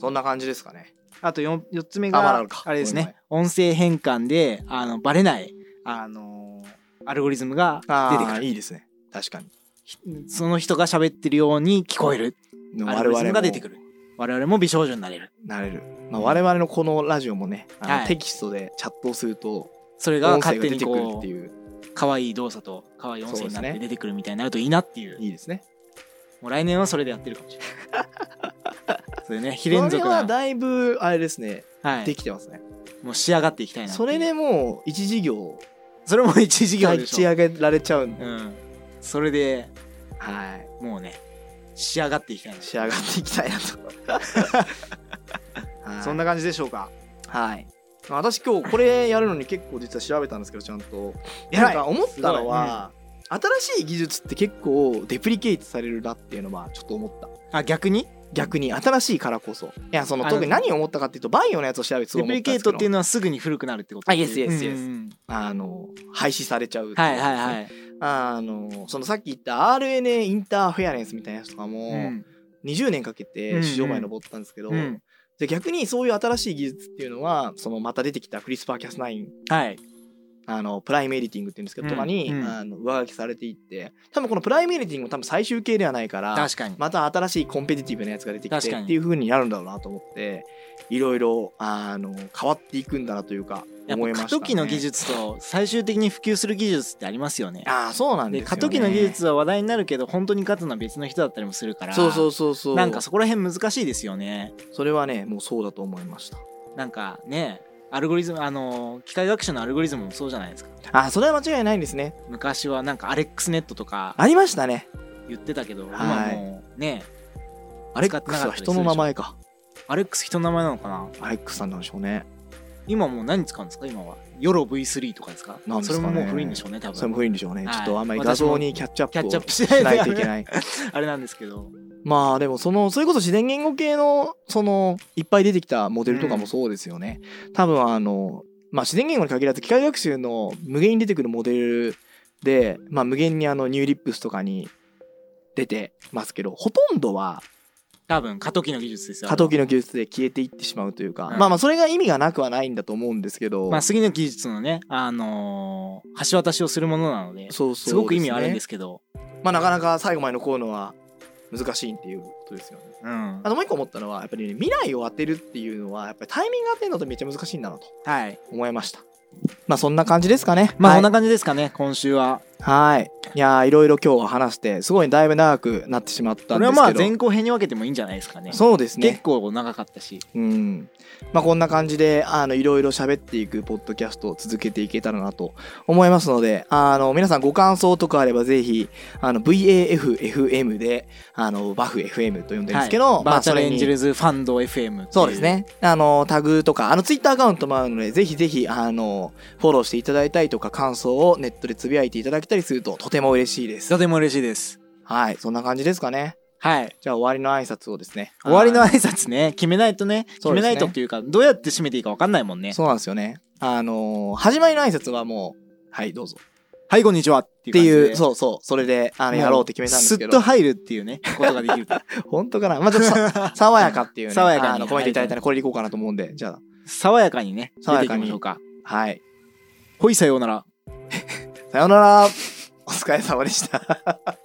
[SPEAKER 2] そんな感じですかね
[SPEAKER 1] あと 4, 四つ目
[SPEAKER 2] あまだ
[SPEAKER 1] が
[SPEAKER 2] あるか、
[SPEAKER 1] あれですね、音声変換で、あの、バレない、あのーアルゴリズムが
[SPEAKER 2] あ
[SPEAKER 1] 出てく
[SPEAKER 2] ー
[SPEAKER 1] る
[SPEAKER 2] いいですね確かに
[SPEAKER 1] ひその人が喋ってるように聞こえるアルゴリズムが出てく
[SPEAKER 2] る
[SPEAKER 1] る我々も美少女になれる
[SPEAKER 2] なれる、まあ、我々のこのラジオもねあの
[SPEAKER 1] はい
[SPEAKER 2] テキストでチャットをすると
[SPEAKER 1] それが
[SPEAKER 2] 音声
[SPEAKER 1] 勝
[SPEAKER 2] が
[SPEAKER 1] 手
[SPEAKER 2] 出
[SPEAKER 1] に
[SPEAKER 2] てくる
[SPEAKER 1] こ
[SPEAKER 2] って
[SPEAKER 1] う
[SPEAKER 2] いう
[SPEAKER 1] 可愛い動作と可愛い音声になっ
[SPEAKER 2] そうです
[SPEAKER 1] て
[SPEAKER 2] ね
[SPEAKER 1] 出てくるみたいになるといいなっていう
[SPEAKER 2] いいですね
[SPEAKER 1] もう来年はそれでやってるかもしれない。 [laughs] それね、非連続
[SPEAKER 2] これは
[SPEAKER 1] な、
[SPEAKER 2] だいぶあれですね、
[SPEAKER 1] はい
[SPEAKER 2] で、きてますね
[SPEAKER 1] もう仕上がっていきたいなってい
[SPEAKER 2] そうれで、もう一事業
[SPEAKER 1] それも一時期
[SPEAKER 2] が
[SPEAKER 1] で
[SPEAKER 2] 仕
[SPEAKER 1] しょ。
[SPEAKER 2] 上げられちゃうん
[SPEAKER 1] う
[SPEAKER 2] で、
[SPEAKER 1] ん。それで
[SPEAKER 2] はい
[SPEAKER 1] もうね、仕上がっていきたいな。
[SPEAKER 2] 仕上がっていきたいな
[SPEAKER 1] [laughs]
[SPEAKER 2] と、はい、
[SPEAKER 1] そんな感じでしょうか。
[SPEAKER 2] はいまあ私今日これやるのに結構実は調べたんですけどちゃんと
[SPEAKER 1] えら
[SPEAKER 2] なん
[SPEAKER 1] い。
[SPEAKER 2] か
[SPEAKER 1] は
[SPEAKER 2] 思ったのは、新しい技術って結構デプリケイトされるなっていうのはちょっと思った
[SPEAKER 1] あ、逆に
[SPEAKER 2] 逆に新しいからこそいやその
[SPEAKER 1] あの
[SPEAKER 2] 特に何を思ったかっていうとバイオのやつを調べてす
[SPEAKER 1] デ
[SPEAKER 2] ごい
[SPEAKER 1] プ
[SPEAKER 2] 思っ
[SPEAKER 1] リ
[SPEAKER 2] たん
[SPEAKER 1] ケー
[SPEAKER 2] ですけ
[SPEAKER 1] ト
[SPEAKER 2] ど
[SPEAKER 1] っていうのはすぐに古くなるってこと
[SPEAKER 2] あ yes, yes, yes
[SPEAKER 1] うんうん
[SPEAKER 2] あの廃止されちゃうってう
[SPEAKER 1] はいはいはい。
[SPEAKER 2] あのそのさっき言った RNA インターフェアレンスみたいなやつとかも、
[SPEAKER 1] うん
[SPEAKER 2] 20年かけ
[SPEAKER 1] うんう
[SPEAKER 2] て
[SPEAKER 1] ん
[SPEAKER 2] 市場まで登ったんですけど、
[SPEAKER 1] うん
[SPEAKER 2] で逆にそういう新しい技術っていうのはそのまた出てきたクリスパーキャス9
[SPEAKER 1] はい。
[SPEAKER 2] あのプライムエディティングっていうんですけど、
[SPEAKER 1] うん
[SPEAKER 2] とか
[SPEAKER 1] う
[SPEAKER 2] に、
[SPEAKER 1] ん
[SPEAKER 2] あの上書きされていって多分このプライムエディティングも多分最終形ではないから
[SPEAKER 1] 確かに。
[SPEAKER 2] また新しいコンペティティブなやつが出てき
[SPEAKER 1] 確
[SPEAKER 2] て
[SPEAKER 1] かに
[SPEAKER 2] っていう風になるんだろうなと思っていろいろあの変わっていくんだなというか
[SPEAKER 1] やっ
[SPEAKER 2] 思いま
[SPEAKER 1] ぱ
[SPEAKER 2] し
[SPEAKER 1] 過
[SPEAKER 2] た、ね、
[SPEAKER 1] 渡期の技術と最終的に普及する技術ってありますよね。
[SPEAKER 2] ああそうなんです
[SPEAKER 1] で
[SPEAKER 2] よ、ね、
[SPEAKER 1] 過渡期の技術は話題になるけど本当に勝つのは別の人だったりもするから
[SPEAKER 2] そうそうそうそう
[SPEAKER 1] なんかそこら辺難しいですよね。
[SPEAKER 2] それはねもうそうだと思いました
[SPEAKER 1] なんかねアルゴリズムあの機械学習のアルゴリズムもそうじゃないですか
[SPEAKER 2] あそれは間違いないんですね
[SPEAKER 1] 昔はなんかアレックスネットとか
[SPEAKER 2] ありましたね
[SPEAKER 1] 言ってたけど、
[SPEAKER 2] は
[SPEAKER 1] 今
[SPEAKER 2] い
[SPEAKER 1] もうね
[SPEAKER 2] アレックスは人の名前か
[SPEAKER 1] アレックス人の名前なのかな
[SPEAKER 2] アレックスさんなんでしょうね
[SPEAKER 1] 今もう何使うんですか今はヨロ V3 とかですか
[SPEAKER 2] なんです
[SPEAKER 1] そ
[SPEAKER 2] か
[SPEAKER 1] れ
[SPEAKER 2] ね
[SPEAKER 1] ももう古いんでしょうね多
[SPEAKER 2] それ
[SPEAKER 1] 分
[SPEAKER 2] も古いんでしょうね、
[SPEAKER 1] はい
[SPEAKER 2] ちょっとあんまり画像にキャッチア
[SPEAKER 1] キャッチアッ
[SPEAKER 2] ップ
[SPEAKER 1] プ
[SPEAKER 2] を
[SPEAKER 1] し
[SPEAKER 2] し
[SPEAKER 1] な
[SPEAKER 2] ないい
[SPEAKER 1] と
[SPEAKER 2] と
[SPEAKER 1] い
[SPEAKER 2] い
[SPEAKER 1] け
[SPEAKER 2] け
[SPEAKER 1] ない [laughs]
[SPEAKER 2] ない
[SPEAKER 1] あれなんですけど
[SPEAKER 2] まあでもそのそれこそ自然言語系のそのいっぱい出てきたモデルとかもそうですよね、多分あのまあ自然言語に限らず機械学習の無限に出てくるモデルで、まあ、無限にあのニューリップスとかに出てますけどほとんどは
[SPEAKER 1] 多分過渡期の技術ですよ
[SPEAKER 2] 過渡期の技術で消えていってしまうという
[SPEAKER 1] う
[SPEAKER 2] か、
[SPEAKER 1] ん
[SPEAKER 2] まあまあそれが意味がなくはないんだと思うんですけど、
[SPEAKER 1] まあ次の技術のねあのー橋渡しをするものなので
[SPEAKER 2] そうそう
[SPEAKER 1] すごく意味はあるんですすけど
[SPEAKER 2] ねまあなかなか最後まで残るのは難しいっていうことですよね
[SPEAKER 1] うん
[SPEAKER 2] あともう一個思ったのはやっぱりね、未来を当てるっていうのはやっぱりタイミング当てるのってめっちゃ難しいんだなと
[SPEAKER 1] はい
[SPEAKER 2] 思いましたまあそんな感じですかね
[SPEAKER 1] まあ
[SPEAKER 2] は
[SPEAKER 1] こ
[SPEAKER 2] い
[SPEAKER 1] んな感じですかね今週は
[SPEAKER 2] はいいやーいろいろ今日は話してすごいだいぶ長くなってしまった
[SPEAKER 1] こ
[SPEAKER 2] んで
[SPEAKER 1] れ
[SPEAKER 2] す
[SPEAKER 1] は
[SPEAKER 2] けど
[SPEAKER 1] まあ前後編に分けてもいいんじゃないですかね
[SPEAKER 2] そうですね
[SPEAKER 1] 結構長かったし
[SPEAKER 2] うんまあこんな感じであのいろいろ喋っていくポッドキャストを続けていけたらなと思いますのであの皆さんご感想とかあればぜひあの VAFFM であのバフ FM と呼んでるんですけど、
[SPEAKER 1] はい
[SPEAKER 2] ま
[SPEAKER 1] バ
[SPEAKER 2] あ
[SPEAKER 1] ーチャ
[SPEAKER 2] そ
[SPEAKER 1] ル
[SPEAKER 2] れ
[SPEAKER 1] エン
[SPEAKER 2] に
[SPEAKER 1] ジェルズファンド FM ってい
[SPEAKER 2] そうですね。あの、タグとか、あの、ツイッターアカウントもあるので、ぜひぜひ、あの、フォローしていただいたりとか、感想をネットでつぶやいていただけたりすると、とても嬉しいです。
[SPEAKER 1] とても嬉しいです
[SPEAKER 2] はい、そんな感じですかね。
[SPEAKER 1] はい
[SPEAKER 2] じゃあ、終わりの挨拶をですね。
[SPEAKER 1] 終わりの
[SPEAKER 2] あ
[SPEAKER 1] 挨拶ね [laughs] 決めないとね決
[SPEAKER 2] そう
[SPEAKER 1] め
[SPEAKER 2] です
[SPEAKER 1] な
[SPEAKER 2] ね
[SPEAKER 1] いとっていうかどうやって締めていいか分かんないもんね
[SPEAKER 2] そうなんですよね。あの、始まりの挨拶はもう、はい、どうぞ。
[SPEAKER 1] はいこんにちはって
[SPEAKER 2] て
[SPEAKER 1] いう
[SPEAKER 2] い
[SPEAKER 1] 感
[SPEAKER 2] う
[SPEAKER 1] じで
[SPEAKER 2] そうそうそれであのやろうって決めたんですけ
[SPEAKER 1] す
[SPEAKER 2] ど
[SPEAKER 1] っと入るっていうねことがで [laughs] きる
[SPEAKER 2] 本当かなまあちょっとさ
[SPEAKER 1] [laughs]
[SPEAKER 2] 爽やかっていうね
[SPEAKER 1] 爽やかに
[SPEAKER 2] あのコメントいただいたらこれでいこうかなと思うんでじゃ
[SPEAKER 1] 爽やかにね出
[SPEAKER 2] 爽
[SPEAKER 1] て
[SPEAKER 2] や
[SPEAKER 1] い
[SPEAKER 2] か
[SPEAKER 1] き
[SPEAKER 2] に
[SPEAKER 1] ましょうか
[SPEAKER 2] あはい
[SPEAKER 1] ほいさようなら
[SPEAKER 2] さようならお疲れ様でした